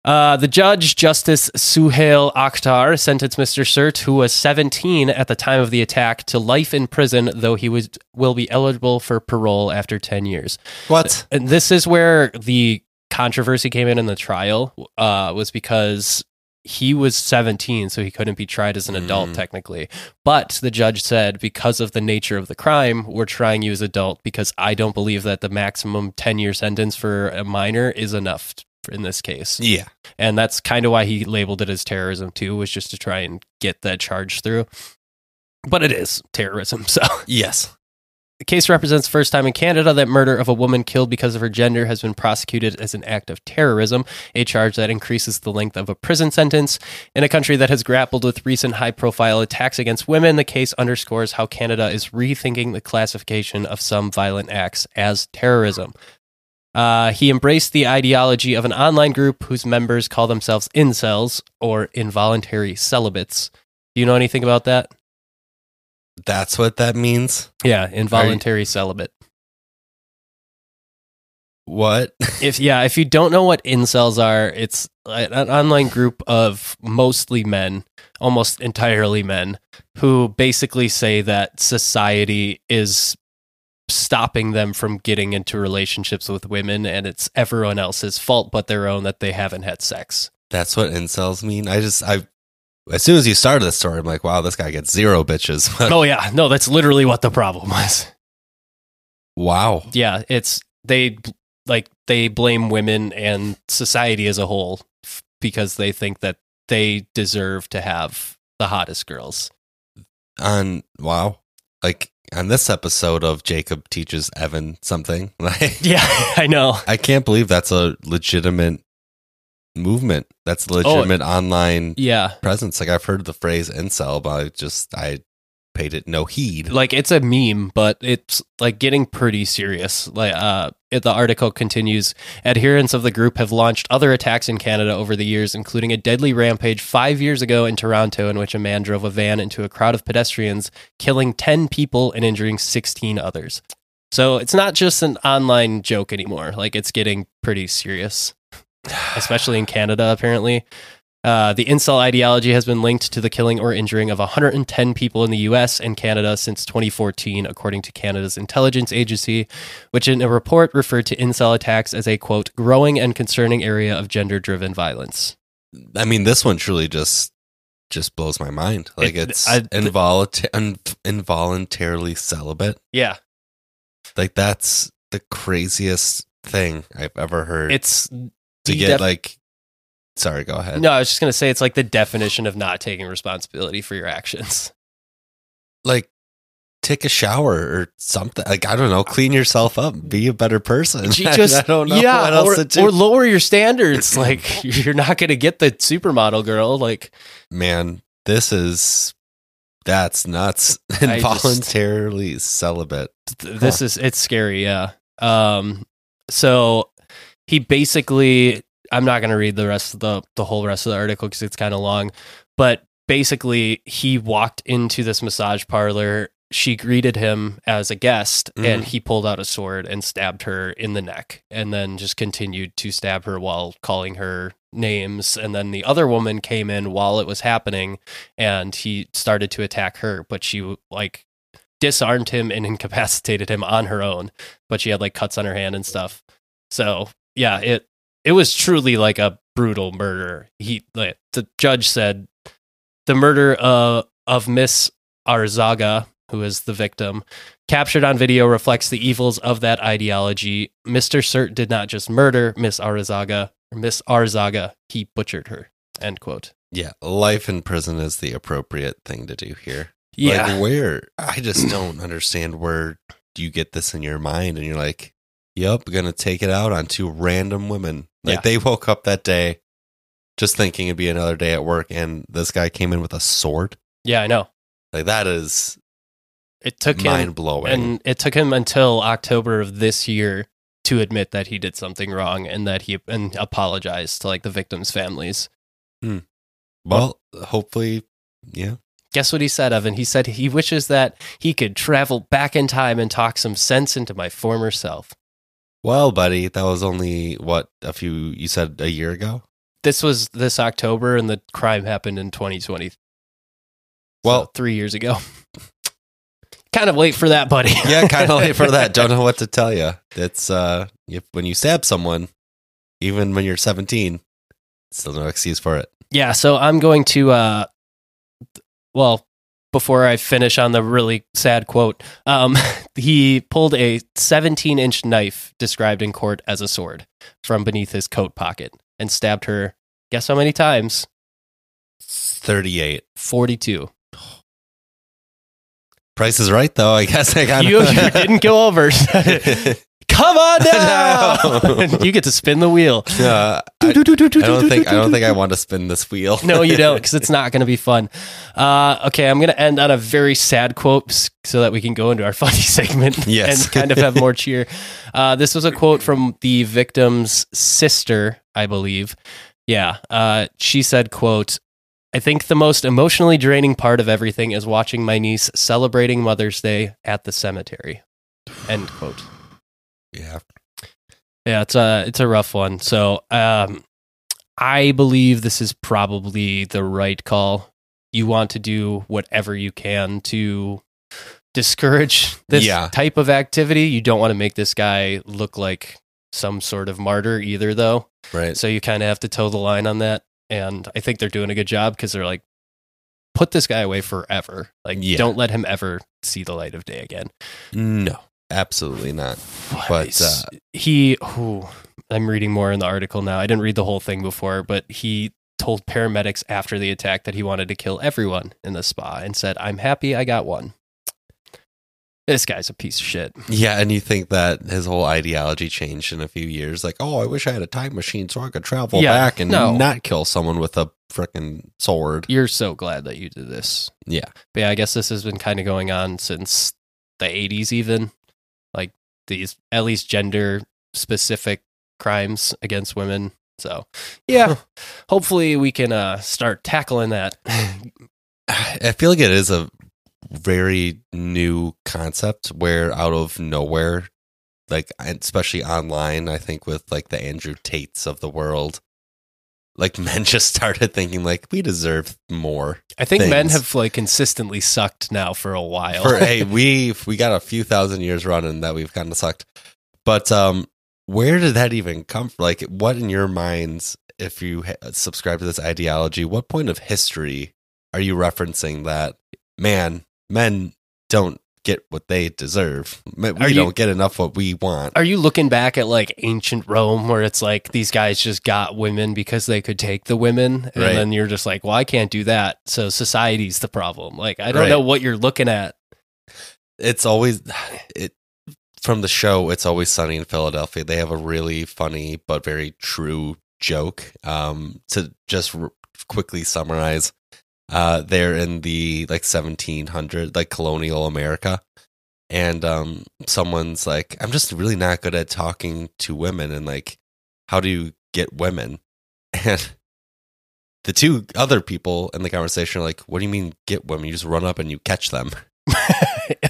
Speaker 1: Uh, the judge, Justice Suhail Akhtar, sentenced Mr. Sert, who was 17 at the time of the attack, to life in prison, though he was, will be eligible for parole after 10 years.
Speaker 2: What?
Speaker 1: And this is where the controversy came in in the trial uh, was because he was 17, so he couldn't be tried as an adult
Speaker 2: Mm.
Speaker 1: technically. But the judge said, because of the nature of the crime, we're trying you as adult because I don't believe that the maximum 10 year sentence for a minor is enough in this case.
Speaker 2: Yeah.
Speaker 1: And that's kind of why he labeled it as terrorism too, was just to try and get that charge through. But it is terrorism, so.
Speaker 2: Yes.
Speaker 1: The case represents the first time in Canada that murder of a woman killed because of her gender has been prosecuted as an act of terrorism, a charge that increases the length of a prison sentence. In a country that has grappled with recent high profile attacks against women, the case underscores how Canada is rethinking the classification of some violent acts as terrorism. Uh, he embraced the ideology of an online group whose members call themselves incels or involuntary celibates. Do you know anything about that?
Speaker 2: That's what that means.
Speaker 1: Yeah, involuntary celibate.
Speaker 2: What?
Speaker 1: if yeah, if you don't know what incels are, it's like an online group of mostly men, almost entirely men, who basically say that society is stopping them from getting into relationships with women and it's everyone else's fault but their own that they haven't had sex.
Speaker 2: That's what incels mean. I just I as soon as you started the story, I'm like, wow, this guy gets zero bitches.
Speaker 1: oh yeah, no, that's literally what the problem was.
Speaker 2: wow.
Speaker 1: yeah, it's they like they blame women and society as a whole f- because they think that they deserve to have the hottest girls.
Speaker 2: On wow. Like on this episode of Jacob teaches Evan something. Like
Speaker 1: Yeah, I know.
Speaker 2: I can't believe that's a legitimate movement. That's
Speaker 1: Oh,
Speaker 2: a legitimate online
Speaker 1: Yeah.
Speaker 2: presence. Like I've heard the phrase incel, but I just I paid it no heed.
Speaker 1: Like it's a meme, but it's like getting pretty serious. Like uh it, the article continues, adherents of the group have launched other attacks in Canada over the years, including a deadly rampage 5 years ago in Toronto in which a man drove a van into a crowd of pedestrians, killing 10 people and injuring 16 others. So it's not just an online joke anymore. Like it's getting pretty serious, especially in Canada, apparently. Uh, the incel ideology has been linked to the killing or injuring of 110 people in the US and Canada since 2014, according to Canada's intelligence agency, which in a report referred to incel attacks as a quote, growing and concerning area of gender driven violence.
Speaker 2: I mean, this one truly just just blows my mind. Like
Speaker 1: It-
Speaker 2: it's
Speaker 1: I- th-
Speaker 2: involunta- un- involuntarily celibate.
Speaker 1: Yeah.
Speaker 2: Like that's the craziest thing I've ever heard.
Speaker 1: It's
Speaker 2: to
Speaker 1: the
Speaker 2: get
Speaker 1: def-
Speaker 2: like. Sorry, go ahead.
Speaker 1: no, I was just going to say it's like the definition of not taking responsibility for your actions.
Speaker 2: Like, take a shower or something. Like I don't know. Clean yourself up. Be a better person.
Speaker 1: She
Speaker 2: I
Speaker 1: just-
Speaker 2: don't know
Speaker 1: yeah,
Speaker 2: what else
Speaker 1: or,
Speaker 2: to do.
Speaker 1: or lower your standards. like you're not going to get the supermodel girl. Like
Speaker 2: Man, this is that's nuts.
Speaker 1: I just-
Speaker 2: Involuntarily celibate.
Speaker 1: th- this is it's scary yeah um so he basically i'm not going to read the rest of the the whole rest of the article because it's kind of long but basically he walked into this massage parlor she greeted him as a guest
Speaker 2: Mhm.
Speaker 1: and he pulled out a sword and stabbed her in the neck and then just continued to stab her while calling her names and then the other woman came in while it was happening and he started to attack her but she like disarmed him and incapacitated him on her own but she had like cuts on her hand and stuff so yeah it it was truly like a brutal murder he like, the judge said the murder uh, of miss arzaga who is the victim captured on video reflects the evils of that ideology mr cert did not just murder miss arzaga miss arzaga he butchered her end quote
Speaker 2: Yeah, life in prison is the appropriate thing to do here. Like where I just don't understand where you get this in your mind and you're like, Yep, gonna take it out on two random women. Like
Speaker 1: Yeah.
Speaker 2: they woke up that day just thinking it'd be another day at work and this guy came in with a sword.
Speaker 1: yeah i know
Speaker 2: Like that is
Speaker 1: it took him
Speaker 2: mind blowing.
Speaker 1: and it took him until October of this year to admit that he did something wrong and that he and apologized to like the victims' families.
Speaker 2: Well, hopefully yeah.
Speaker 1: Guess what he said, Evan? He said he wishes that he could travel back in time and talk some sense into my former self.
Speaker 2: Well, buddy, that was only what a few you said a year ago.
Speaker 1: This was this October, and the crime happened in 2020. So
Speaker 2: Well-
Speaker 1: three years ago. kind of late for that, buddy.
Speaker 2: Yeah, kind of late for that. Don't know what to tell you. It's uh, if, when you stab someone, even when you're 17, still no excuse for it.
Speaker 1: Yeah, so I'm going to uh th- well, before I finish on the really sad quote, um he pulled a 17-inch knife described in court as a sword from beneath his coat pocket and stabbed her guess how many times?
Speaker 2: 38.
Speaker 1: 42.
Speaker 2: Price is right, though. I guess I got
Speaker 1: You, you didn't go over. Come on down.
Speaker 2: No.
Speaker 1: you get to spin the wheel.
Speaker 2: Uh, I, I don't think I don't think I want to spin this wheel.
Speaker 1: no, you don't, because it's not going to be fun. Uh, okay, I'm going to end on a very sad quote s- so that we can go into our funny segment
Speaker 2: Yes.
Speaker 1: and kind of have more cheer. Uh, this was a quote from the victim's sister, I believe. Yeah, uh, she said, "quote I think the most emotionally draining part of everything is watching my niece celebrating Mother's Day at the cemetery." End quote.
Speaker 2: yeah.
Speaker 1: Yeah, it's a it's a rough one. So, um, I believe this is probably the right call. You want to do whatever you can to discourage this
Speaker 2: Yeah.
Speaker 1: type of activity. You don't want to make this guy look like some sort of martyr either, though.
Speaker 2: Right.
Speaker 1: So you kind of have to toe the line on that. And I think they're doing a good job because they're like, put this guy away forever. Like,
Speaker 2: Yeah.
Speaker 1: don't let him ever see the light of day again.
Speaker 2: No, absolutely not. But, uh,
Speaker 1: he, ooh, I'm reading more in the article now. I didn't read the whole thing before, but he told paramedics after the attack that he wanted to kill everyone in the spa and said, "I'm happy I got one." This guy's a piece of shit.
Speaker 2: Yeah, and you think that his whole ideology changed in a few years? Like, oh, I wish I had a time machine so I could travel
Speaker 1: Yeah,
Speaker 2: back and
Speaker 1: no.
Speaker 2: not kill someone with a freaking sword.
Speaker 1: You're so glad that you did this.
Speaker 2: Yeah.
Speaker 1: But yeah, I guess this has been kind of going on since the 80s, even like these at least gender specific crimes against women. So yeah, hopefully we can uh, start tackling that.
Speaker 2: I feel like it is a very new concept where out of nowhere, like especially online, I think with like the Andrew Tates of the world, like men just started thinking like we deserve more.
Speaker 1: I think men
Speaker 2: things.
Speaker 1: have like consistently sucked now for a while.
Speaker 2: For hey, we we got a few thousand years running that we've kind of sucked. But um where did that even come from? Like what in your minds if you ha- subscribe to this ideology, what point of history are you referencing that man, men don't get what they deserve. Men- We
Speaker 1: Are you-
Speaker 2: don't get enough what we want.
Speaker 1: Are you looking back at like ancient Rome where it's like these guys just got women because they could take the women? And
Speaker 2: Right.
Speaker 1: then you're just like, well, I can't do that. So society's the problem. Like, I don't
Speaker 2: Right.
Speaker 1: know what you're looking at.
Speaker 2: it's always it from the show it's always sunny in philadelphia they have a really funny but very true joke um to just r- quickly summarize uh they're in the like 1700 like colonial america and um someone's like i'm just really not good at talking to women and like how do you get women and the two other people in the conversation are like what do you mean get women you just run up and you catch them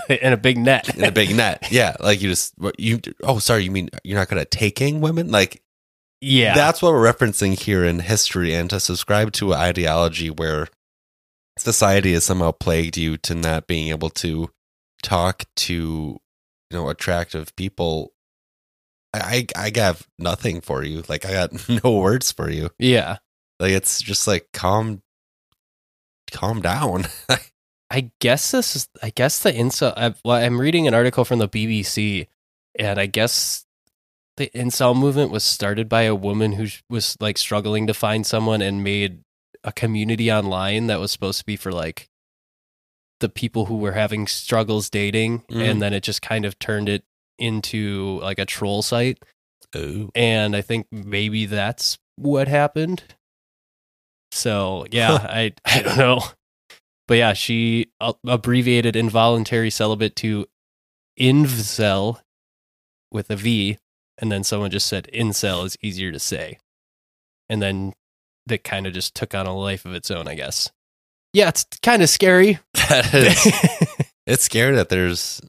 Speaker 1: in a big net.
Speaker 2: in a big net. Yeah, like you just what you. Oh, sorry, you mean you're not good at taking women? Like
Speaker 1: yeah.
Speaker 2: that's what we're referencing here in history, and to subscribe to an ideology where society has somehow plagued you to not being able to talk to you know attractive people. I I I have nothing for you. Like I got no words for you.
Speaker 1: yeah.
Speaker 2: Like it's just like calm, calm down.
Speaker 1: I guess this is, I guess the incel, I, well, I'm reading an article from the BBC, and I guess the incel movement was started by a woman who sh- was like struggling to find someone and made a community online that was supposed to be for like the people who were having struggles dating.
Speaker 2: Mhm.
Speaker 1: And then it just kind of turned it into like a troll site.
Speaker 2: Ooh.
Speaker 1: And I think maybe that's what happened. So yeah,
Speaker 2: Huh.
Speaker 1: I I don't know, but yeah, she a- abbreviated involuntary celibate to invzel with a V, and then someone just said incel is easier to say, and then that kind of just took on a life of its own, I guess. yeah, it's kind of scary.
Speaker 2: That is, it's scary that there's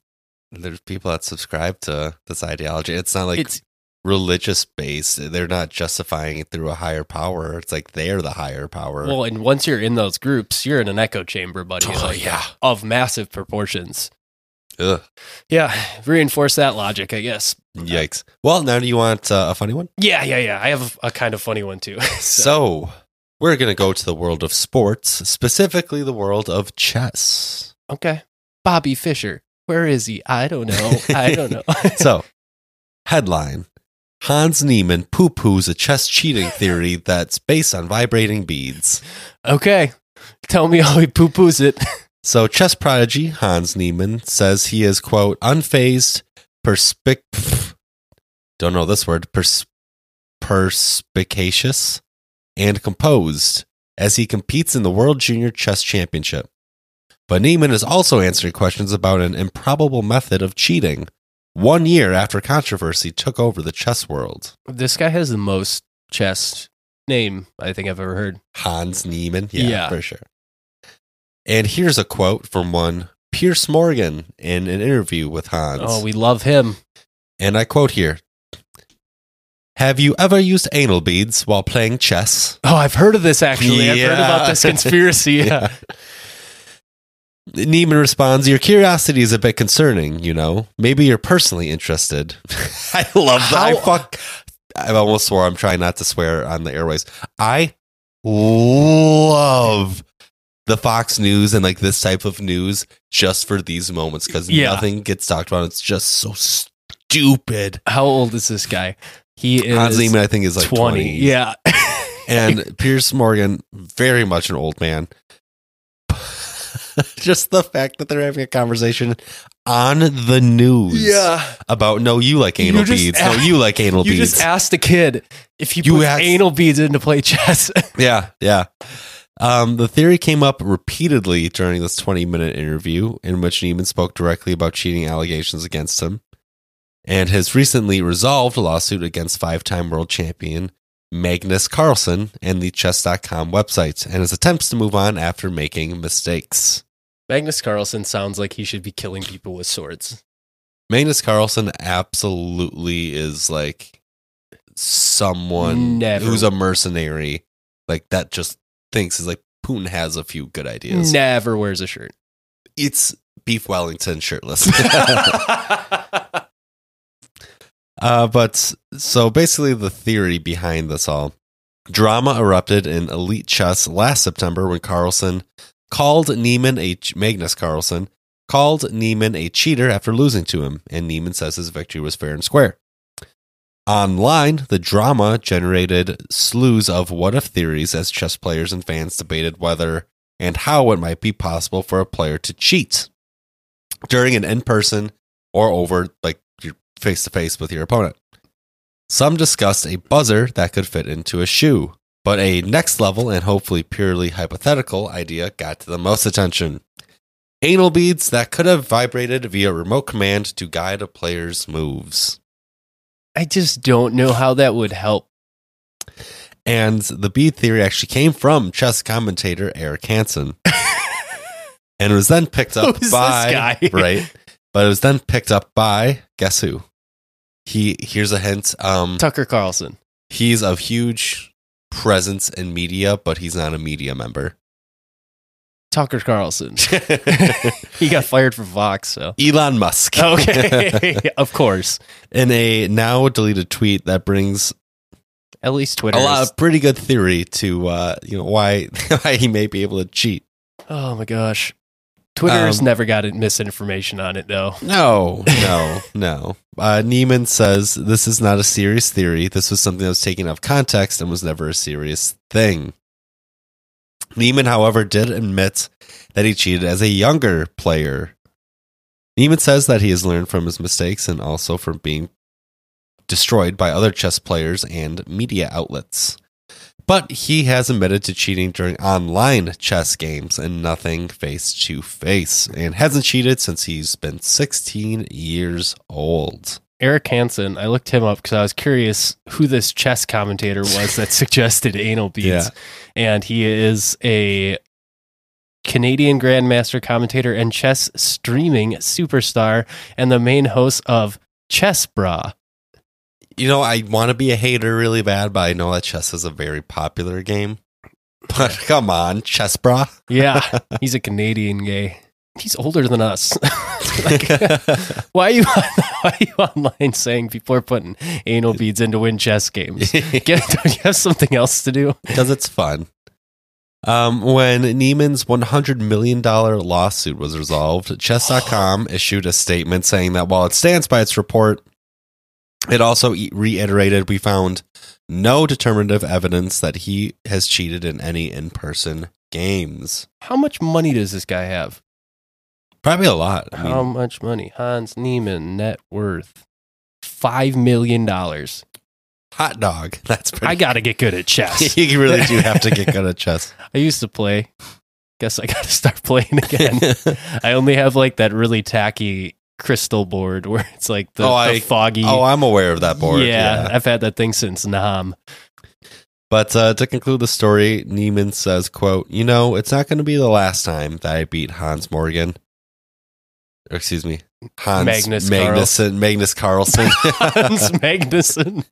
Speaker 2: there's people that subscribe to this ideology. It's not like
Speaker 1: it's
Speaker 2: religious based. They're not justifying it through a higher power. It's like they're the higher power.
Speaker 1: well, and once you're in those groups, you're in an echo chamber, buddy.
Speaker 2: oh
Speaker 1: like,
Speaker 2: yeah.
Speaker 1: Of massive proportions.
Speaker 2: Ugh.
Speaker 1: Yeah, reinforce that logic, I guess.
Speaker 2: Yikes. Well, now do you want uh, a funny one?
Speaker 1: Yeah, yeah, yeah. I have a kind of funny one too.
Speaker 2: So we're going to go to the world of sports, specifically the world of chess.
Speaker 1: okay. Bobby Fischer. Where is he? I don't know. I don't know.
Speaker 2: So, headline Hans Niemann poo poos a chess cheating theory that's based on vibrating beads.
Speaker 1: okay. Tell me how he poo poos it.
Speaker 2: So, chess prodigy Hans Niemann says he is, quote, unfazed, perspic. Don't know this word. Pers- perspicacious and composed as he competes in the World Junior Chess Championship. But Neiman is also answering questions about an improbable method of cheating one year after controversy took over the chess world.
Speaker 1: This guy has the most chest name I think I've ever heard.
Speaker 2: Hans Niemann. Yeah,
Speaker 1: Yeah.
Speaker 2: for sure. And here's a quote from one Pierce Morgan in an interview with Hans.
Speaker 1: Oh, we love him.
Speaker 2: and I quote here Have you ever used anal beads while playing chess?
Speaker 1: Oh, I've heard of this actually. I've heard about this
Speaker 2: Yeah.
Speaker 1: conspiracy. Yeah.
Speaker 2: Neiman responds, Your curiosity is a bit concerning, you know. Maybe you're personally interested. I love that. I
Speaker 1: How-
Speaker 2: fuck. I almost swore I'm trying not to swear on the airways. I love the Fox News and like this type of news just for these moments because
Speaker 1: Yeah.
Speaker 2: nothing gets talked about. It's just so stupid.
Speaker 1: How old is this guy? He is
Speaker 2: Hans Neiman, I think, is like
Speaker 1: 20.
Speaker 2: 20.
Speaker 1: Yeah.
Speaker 2: and Pierce Morgan, very much an old man. Just the fact that they're having a conversation on the news about no, you like anal
Speaker 1: You just
Speaker 2: beads.
Speaker 1: ask-
Speaker 2: no, you like anal
Speaker 1: You
Speaker 2: beads.
Speaker 1: just asked a kid if he
Speaker 2: You
Speaker 1: puts
Speaker 2: asked-
Speaker 1: anal beads in to play chess.
Speaker 2: yeah, yeah. Um, the theory came up repeatedly during this 20 minute interview in which Neiman spoke directly about cheating allegations against him and his recently resolved lawsuit against five time world champion Magnus Carlsen and the chess.com website and his attempts to move on after making mistakes.
Speaker 1: Magnus Carlsen sounds like he should be killing people with swords.
Speaker 2: Magnus Carlsen absolutely is like someone
Speaker 1: Never.
Speaker 2: who's a mercenary, like that just thinks is like Putin has a few good ideas.
Speaker 1: Never wears a shirt.
Speaker 2: it's Beef Wellington shirtless. uh, but so basically, the theory behind this all drama erupted in elite chess last September when Carlson called Neiman a Magnus Carlson called Neiman a cheater after losing to him, and Neiman says his victory was fair and square. Online, the drama generated slews of what if theories as chess players and fans debated whether and how it might be possible for a player to cheat during an in person or over like your face to face with your opponent. Some discussed a buzzer that could fit into a shoe, but a next level and hopefully purely hypothetical idea got the most attention. Anal beads that could have vibrated via remote command to guide a player's moves.
Speaker 1: I just don't know how that would help.
Speaker 2: And the bead theory actually came from chess commentator Eric Hansen. and it was then picked up
Speaker 1: Who's this
Speaker 2: by
Speaker 1: guy?
Speaker 2: right. But it was then picked up by guess who? He here's a hint. Um
Speaker 1: Tucker Carlson.
Speaker 2: he's of huge presence in media, but he's not a media member.
Speaker 1: Tucker Carlson. He got fired from Vox, so.
Speaker 2: Elon Musk.
Speaker 1: Okay. of course.
Speaker 2: in a now deleted tweet that brings
Speaker 1: At least Twitter.
Speaker 2: a lot
Speaker 1: is-
Speaker 2: of pretty good theory to uh, you know why why he may be able to cheat.
Speaker 1: oh my gosh. Twitter's
Speaker 2: Um,
Speaker 1: never got it- misinformation on it though.
Speaker 2: No, no, no. Uh, Neiman says this is not a serious theory. This was something that was taken out of context and was never a serious thing. Neiman, however, did admit that he cheated as a younger player. Neiman says that he has learned from his mistakes and also from being destroyed by other chess players and media outlets. But he has admitted to cheating during online chess games and nothing face to face, and hasn't cheated since he's been 16 years old.
Speaker 1: Eric Hansen, I looked him up because I was curious who this chess commentator was that suggested anal beads.
Speaker 2: Yeah.
Speaker 1: And he is a Canadian grandmaster commentator and chess streaming superstar, and the main host of Chess Bra.
Speaker 2: You know, I want to be a hater really bad, but I know that chess is a very popular game. But come on, chess bra.
Speaker 1: Yeah, he's a Canadian gay. He's older than us. Like, why are you why are you online saying people are putting anal beads into win chess games? Get, don't you have something else to do?
Speaker 2: because it's fun. Um, when Neiman's $100 million lawsuit was resolved, chess.com issued a statement saying that while it stands by its report, it also e- reiterated we found no determinative evidence that he has cheated in any in person games.
Speaker 1: How much money does this guy have?
Speaker 2: Probably a lot. I mean,
Speaker 1: How much money? Hans Niemann net worth five million dollars.
Speaker 2: hot dog. That's pretty.
Speaker 1: I gotta get good at chess.
Speaker 2: you really do have to get good at chess.
Speaker 1: I used to play. Guess I gotta start playing again. I only have like that really tacky crystal board where it's like the,
Speaker 2: Oh,
Speaker 1: the
Speaker 2: I-
Speaker 1: foggy.
Speaker 2: oh, I'm aware of that board.
Speaker 1: yeah, I've had that thing since Nam.
Speaker 2: But uh, to conclude the story, Neiman says, "quote You know, it's not going to be the last time that I beat Hans Morgan. Or excuse me, Hans
Speaker 1: Magnus
Speaker 2: Magnuson, Magnus Carlson.
Speaker 1: Hans Magnuson,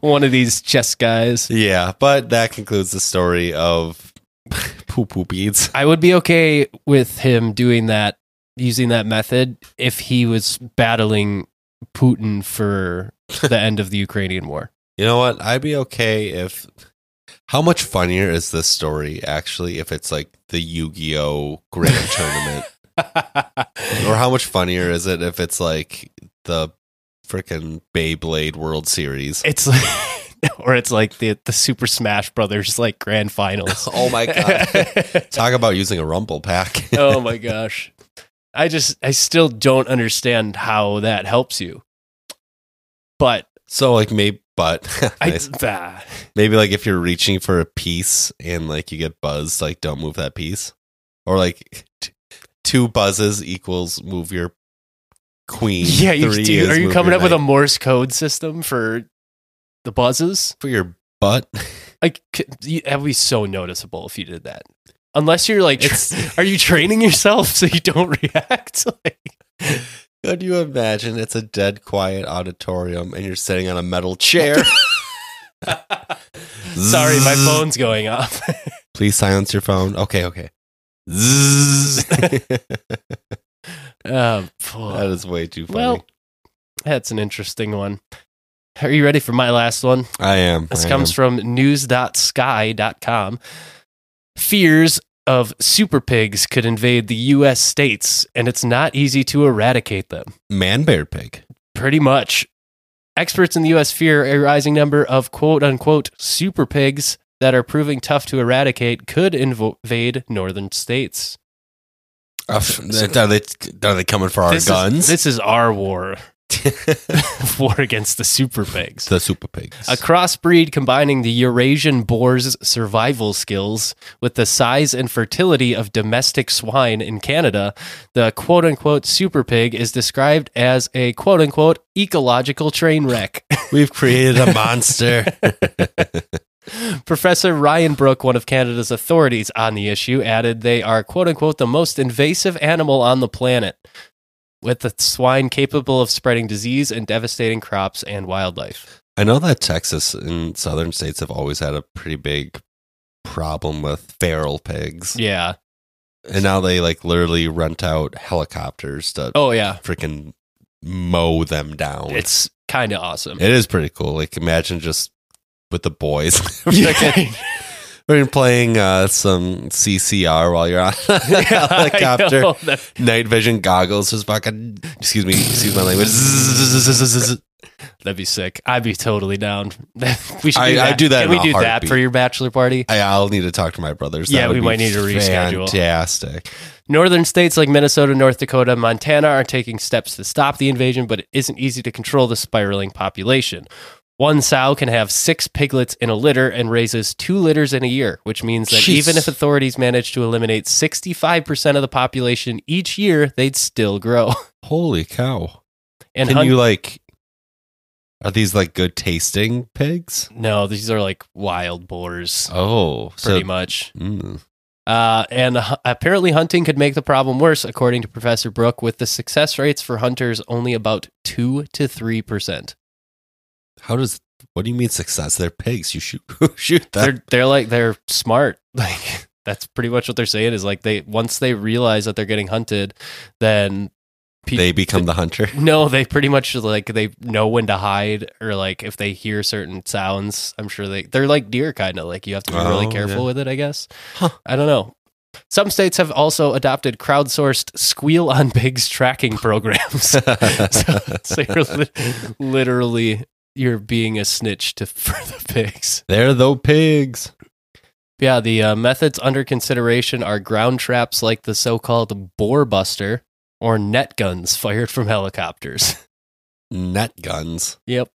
Speaker 1: one of these chess guys.
Speaker 2: yeah, but that concludes the story of poo poo beads.
Speaker 1: I would be okay with him doing that, using that method, if he was battling Putin for the end of the Ukrainian war.
Speaker 2: You know what? I'd be okay if. How much funnier is this story actually if it's like the Yu Gi Oh Grand Tournament? Or how much funnier is it if it's like the freaking Beyblade World Series?
Speaker 1: it's like, or it's like the the Super Smash Brothers like grand finals.
Speaker 2: Oh my god. Talk about using a rumble pack.
Speaker 1: oh my gosh. I just I still don't understand how that helps you. But
Speaker 2: so like maybe but nice.
Speaker 1: I ah.
Speaker 2: maybe like if you're reaching for a piece and like you get buzzed, like don't move that piece. Or like t- two buzzes equals move your queen.
Speaker 1: yeah, you,
Speaker 2: Three
Speaker 1: do,
Speaker 2: is
Speaker 1: are you
Speaker 2: move
Speaker 1: coming
Speaker 2: your
Speaker 1: up with a
Speaker 2: knight.
Speaker 1: Morse code system for the buzzes?
Speaker 2: for your butt?
Speaker 1: Like c- you- that would be so noticeable if you did that. Unless you're like, tr-
Speaker 2: It's
Speaker 1: are you training yourself so you don't react? like,
Speaker 2: Could you imagine it's a dead quiet auditorium and you're sitting on a metal chair?
Speaker 1: sorry, my
Speaker 2: Zzz.
Speaker 1: phone's going off.
Speaker 2: Please silence your phone. Okay, okay. Zzz. that
Speaker 1: um, phew.
Speaker 2: is way too funny.
Speaker 1: Well, that's an interesting one. Are you ready for my last one?
Speaker 2: I am.
Speaker 1: This
Speaker 2: I
Speaker 1: comes
Speaker 2: am.
Speaker 1: from news.sky.com. Fears of super pigs could invade the US states, and it's not easy to eradicate them.
Speaker 2: man bear pig.
Speaker 1: Pretty much. Experts in the US fear a rising number of quote unquote super pigs that are proving tough to eradicate could invo- invade northern states.
Speaker 2: Uh, Are they, are they coming for our
Speaker 1: this
Speaker 2: guns?
Speaker 1: Is, this is our war. war against the super pigs.
Speaker 2: the super pigs.
Speaker 1: A crossbreed combining the Eurasian boar's survival skills with the size and fertility of domestic swine in Canada, the quote unquote super pig is described as a quote unquote ecological train wreck.
Speaker 2: We've created a monster.
Speaker 1: Professor Ryan Brook, one of Canada's authorities on the issue, added they are quote unquote the most invasive animal on the planet, with the swine capable of spreading disease and devastating crops and wildlife.
Speaker 2: I know that Texas and southern states have always had a pretty big problem with feral pigs.
Speaker 1: Yeah.
Speaker 2: And now they like literally rent out helicopters to
Speaker 1: Oh, yeah.
Speaker 2: freaking mow them down.
Speaker 1: It's kind of awesome.
Speaker 2: It is pretty cool. Like imagine just with the boys.
Speaker 1: Yeah.
Speaker 2: We're playing uh, some CCR while you're on a
Speaker 1: Yeah, I
Speaker 2: helicopter.
Speaker 1: know. That-
Speaker 2: Night vision goggles just fucking excuse me, excuse my language. Zzzz.
Speaker 1: That'd be sick. I'd be totally down. we should. Do
Speaker 2: I- I
Speaker 1: that.
Speaker 2: do that
Speaker 1: Can
Speaker 2: in
Speaker 1: we
Speaker 2: a
Speaker 1: do that
Speaker 2: heartbeat.
Speaker 1: for your bachelor party?
Speaker 2: I, I'll need to talk to my brothers.
Speaker 1: Yeah,
Speaker 2: That would
Speaker 1: we
Speaker 2: be
Speaker 1: might need to reschedule.
Speaker 2: Fantastic.
Speaker 1: Northern states like Minnesota, North Dakota, Montana are taking steps to stop the invasion, but it isn't easy to control the spiraling population. One sow can have six piglets in a litter and raises two litters in a year, which means that
Speaker 2: Jeez.
Speaker 1: even if authorities manage to eliminate 65% of the population each year, they'd still grow.
Speaker 2: Holy cow!
Speaker 1: And
Speaker 2: Can
Speaker 1: hun-
Speaker 2: you like? Are these like good tasting pigs?
Speaker 1: no, these are like wild boars,
Speaker 2: Oh, so
Speaker 1: pretty much.
Speaker 2: mm,
Speaker 1: Uh, and hu- apparently, hunting could make the problem worse, according to Professor Brook, with the success rates for hunters only about 2 to 3%.
Speaker 2: How does what do you mean success? They're pigs. You shoot shoot them.
Speaker 1: They're, they're like, they're smart. Like, that's pretty much what they're saying is like, they once they realize that they're getting hunted, then pe-
Speaker 2: They become the hunter.
Speaker 1: No, they pretty much like they know when to hide or like if they hear certain sounds, I'm sure they they're like deer kind of like you have to be really
Speaker 2: Oh,
Speaker 1: careful
Speaker 2: yeah.
Speaker 1: with it, I guess.
Speaker 2: Huh.
Speaker 1: I don't know. Some states have also adopted crowdsourced squeal on pigs tracking programs. so, so you're li- literally you're being a snitch to for the pigs.
Speaker 2: They're the pigs.
Speaker 1: Yeah, the uh, methods under consideration are ground traps like the so-called boar buster or net guns fired from helicopters.
Speaker 2: Net guns.
Speaker 1: Yep.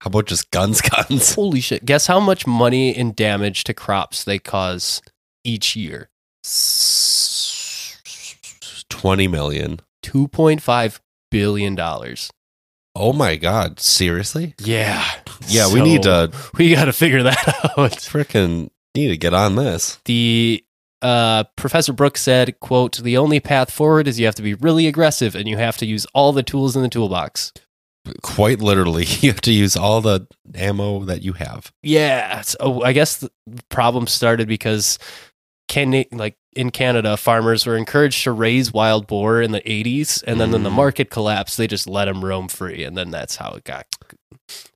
Speaker 2: How about just guns, guns?
Speaker 1: Holy shit. Guess how much money in damage to crops they cause each year?
Speaker 2: 20 million.
Speaker 1: $2.5 billion. dollars.
Speaker 2: Oh my God. Seriously?
Speaker 1: Yeah.
Speaker 2: Yeah, we
Speaker 1: So,
Speaker 2: need uh, to
Speaker 1: We got to figure that out.
Speaker 2: freaking need to get on this.
Speaker 1: The. Uh, Professor Brooks said, quote, the only path forward is you have to be really aggressive and you have to use all the tools in the toolbox.
Speaker 2: Quite literally, you have to use all the ammo that you have.
Speaker 1: Yeah. So oh, I guess the problem started because can like in Canada, farmers were encouraged to raise wild boar in the 80s, and then when the
Speaker 2: Mm.
Speaker 1: market collapsed, they just let them roam free, and then that's how it got.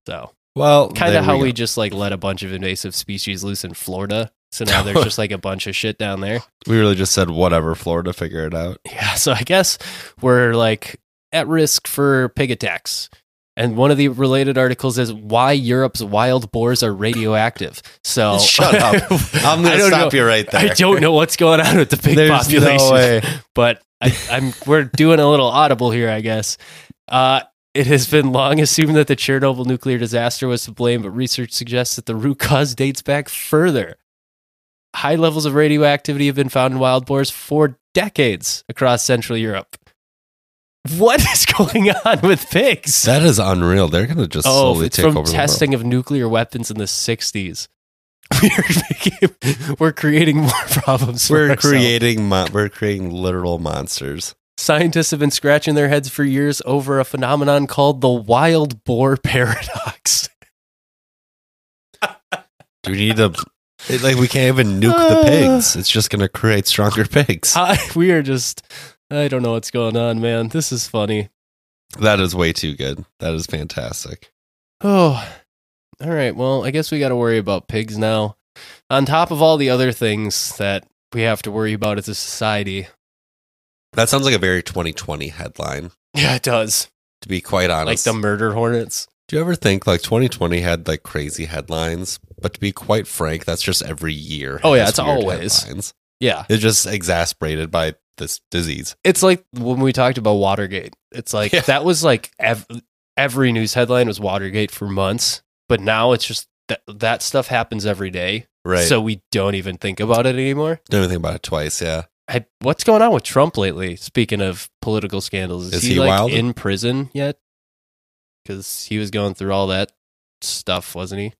Speaker 1: So
Speaker 2: Well,
Speaker 1: kind
Speaker 2: there
Speaker 1: of how
Speaker 2: go.
Speaker 1: we just like let a bunch of invasive species loose in Florida. So now there's just like a bunch of shit down there.
Speaker 2: we really just said whatever, Florida, figure it out.
Speaker 1: Yeah, so I guess we're like at risk for pig attacks. And one of the related articles is why Europe's wild boars are radioactive. So
Speaker 2: Shut up. I'm
Speaker 1: I
Speaker 2: gonna
Speaker 1: don't
Speaker 2: stop
Speaker 1: know.
Speaker 2: you right there.
Speaker 1: I don't know what's going on with the pig
Speaker 2: There's
Speaker 1: population,
Speaker 2: no way.
Speaker 1: but I, I'm we're doing a little audible here, I guess. Uh, it has been long assumed that the Chernobyl nuclear disaster was to blame, but research suggests that the root cause dates back further. High levels of radioactivity have been found in wild boars for decades across Central Europe. What is going on with pigs?
Speaker 2: That is unreal. They're gonna just
Speaker 1: Oh,
Speaker 2: slowly
Speaker 1: it's
Speaker 2: take
Speaker 1: from
Speaker 2: over
Speaker 1: testing of nuclear weapons in the 60s. We're, making, we're creating more problems. for
Speaker 2: the world. We're
Speaker 1: ourselves.
Speaker 2: creating mon- we're creating literal monsters.
Speaker 1: Scientists have been scratching their heads for years over a phenomenon called the wild boar paradox.
Speaker 2: Do we need to it, like we can't even nuke
Speaker 1: Uh.
Speaker 2: the pigs. It's just gonna create stronger pigs.
Speaker 1: I, we are just, I don't know what's going on, man. This is funny.
Speaker 2: That is way too good. That is fantastic.
Speaker 1: Oh, all right. Well, I guess we got to worry about pigs now. On top of all the other things that we have to worry about as a society.
Speaker 2: That sounds like a very 2020 headline,
Speaker 1: Yeah, it does.
Speaker 2: to be quite
Speaker 1: Like
Speaker 2: honest.
Speaker 1: the murder hornets.
Speaker 2: Do you ever think like 2020 had like crazy headlines? But to be quite frank, that's just every year.
Speaker 1: Oh, yeah,
Speaker 2: has
Speaker 1: it's
Speaker 2: weird
Speaker 1: always.
Speaker 2: headlines.
Speaker 1: Yeah.
Speaker 2: It's just exasperated by this disease.
Speaker 1: it's like when we talked about Watergate. It's like
Speaker 2: Yeah.
Speaker 1: that was like ev- every news headline was Watergate for months, but now it's just that that stuff happens every day,
Speaker 2: Right.
Speaker 1: so we don't even think about it anymore.
Speaker 2: don't even think about it twice. Yeah.
Speaker 1: I, what's going on with Trump lately? Speaking of political scandals, is,
Speaker 2: Is
Speaker 1: he,
Speaker 2: he
Speaker 1: like
Speaker 2: wild?
Speaker 1: in prison yet? Because he was going through all that stuff, wasn't he?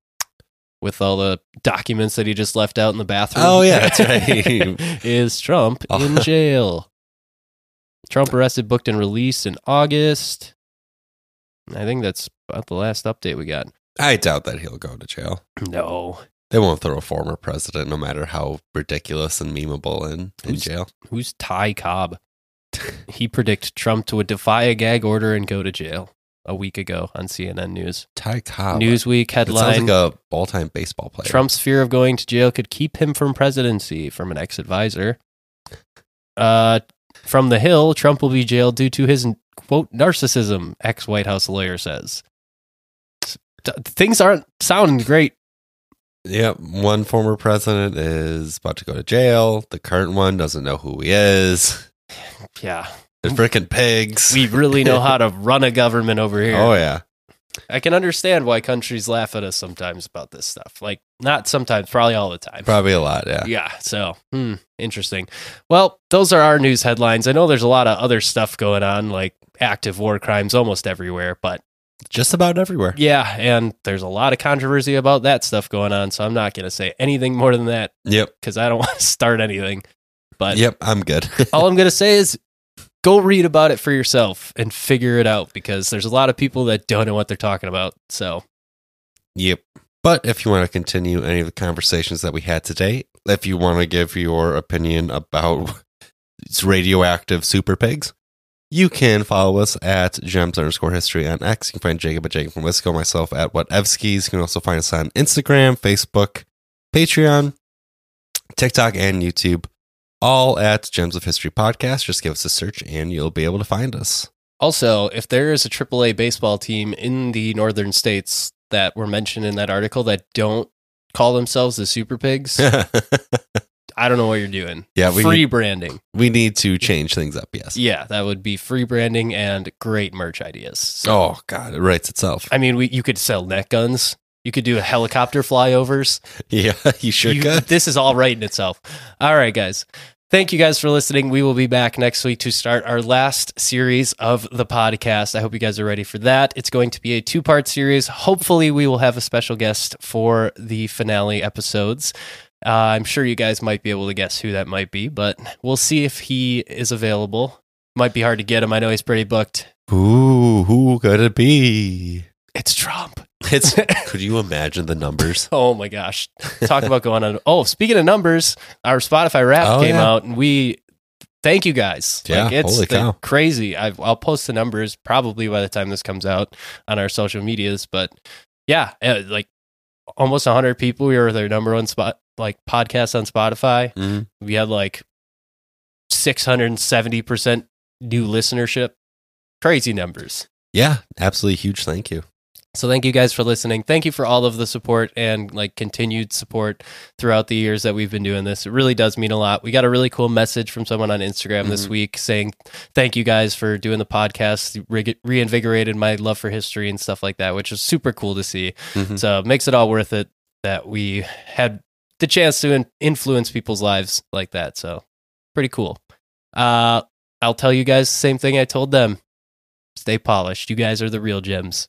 Speaker 1: With all the documents that he just left out in the bathroom.
Speaker 2: Oh, yeah, that's right.
Speaker 1: is Trump
Speaker 2: Oh.
Speaker 1: in jail? Trump arrested, booked, and released in August. I think that's about the last update we got.
Speaker 2: I doubt that he'll go to jail.
Speaker 1: No,
Speaker 2: They won't throw a former president, no matter how ridiculous and memeable, in, in
Speaker 1: Who's-
Speaker 2: jail.
Speaker 1: who's Ty Cobb? he predicted Trump to defy a gag order and go to jail a week ago on CNN News.
Speaker 2: Ty Cobb.
Speaker 1: Newsweek
Speaker 2: Ah, It sounds
Speaker 1: headline:
Speaker 2: like a all time baseball player.
Speaker 1: Trump's fear of going to jail could keep him from presidency, from an ex-advisor. Uh, from the Hill, Trump will be jailed due to his quote narcissism. Ex-White House lawyer says T- things aren't sounding great.
Speaker 2: Yep. One former president is about to go to jail. The current one doesn't know who he is.
Speaker 1: Yeah,
Speaker 2: They're freaking pigs.
Speaker 1: we really know how to run a government over here.
Speaker 2: oh, yeah.
Speaker 1: I can understand why countries laugh at us sometimes about this stuff. Like, not sometimes, probably all the time.
Speaker 2: Probably a lot. Yeah.
Speaker 1: Yeah. So, hmm, interesting. Well, those are our news headlines. I know there's a lot of other stuff going on, like active war crimes almost everywhere, but
Speaker 2: just about everywhere.
Speaker 1: Yeah, and there's a lot of controversy about that stuff going on, so I'm not going to say anything more than that
Speaker 2: Yep.
Speaker 1: because I don't want to start anything. But
Speaker 2: Yep. I'm good.
Speaker 1: all I'm going to say is go read about it for yourself and figure it out because there's a lot of people that don't know what they're talking about. So,
Speaker 2: Yep. But if you want to continue any of the conversations that we had today, if you want to give your opinion about these radioactive super pigs, you can follow us at gems underscore history on X. You can find Jacob at Jacob from Wisco, myself at whatevskis. You can also find us on Instagram, Facebook, Patreon, TikTok, and YouTube, all at Gems of History Podcast. Just give us a search and you'll be able to find us.
Speaker 1: also, if there is a AAA baseball team in the northern states that were mentioned in that article that don't call themselves the Super Pigs, I don't know what you're doing.
Speaker 2: Yeah, we
Speaker 1: free
Speaker 2: need-
Speaker 1: branding.
Speaker 2: we need to change things up, yes.
Speaker 1: Yeah, that would be free branding and great merch ideas. So,
Speaker 2: Oh, God, it writes itself.
Speaker 1: I mean, we, you could sell net guns. You could do helicopter flyovers.
Speaker 2: Yeah, you sure
Speaker 1: You-
Speaker 2: could.
Speaker 1: This is all right in itself. All right, guys. Thank you guys for listening. We will be back next week to start our last series of the podcast. I hope you guys are ready for that. It's going to be a two part series. Hopefully, we will have a special guest for the finale episodes. Uh, I'm sure you guys might be able to guess who that might be, but we'll see if he is available. Might be hard to get him. I know he's pretty booked.
Speaker 2: Ooh, who could it be?
Speaker 1: It's Trump.
Speaker 2: It's could you imagine the numbers?
Speaker 1: Oh my gosh. Talk about going on. Oh, speaking of numbers, our Spotify rap
Speaker 2: Oh,
Speaker 1: came
Speaker 2: yeah.
Speaker 1: out and we thank you guys.
Speaker 2: Yeah,
Speaker 1: it's
Speaker 2: holy
Speaker 1: the-
Speaker 2: cow.
Speaker 1: crazy. I've, I'll post the numbers probably by the time this comes out on our social medias. But yeah, eh, like almost 100 people. We were their number one spot, like podcast on Spotify.
Speaker 2: Mhm.
Speaker 1: We had like 670% new listenership. Crazy numbers.
Speaker 2: Yeah, absolutely huge thank you.
Speaker 1: So thank you guys for listening. Thank you for all of the support and like continued support throughout the years that we've been doing this. It really does mean a lot. We got a really cool message from someone on Instagram this
Speaker 2: Mhm.
Speaker 1: week saying thank you guys for doing the podcast, You re- reinvigorated my love for history and stuff like that, which is super cool to see.
Speaker 2: Mhm.
Speaker 1: So it makes it all worth it that we had the chance to in- influence people's lives like that. So pretty cool. Uh, I'll tell you guys the same thing I told them. Stay polished. You guys are the real gems.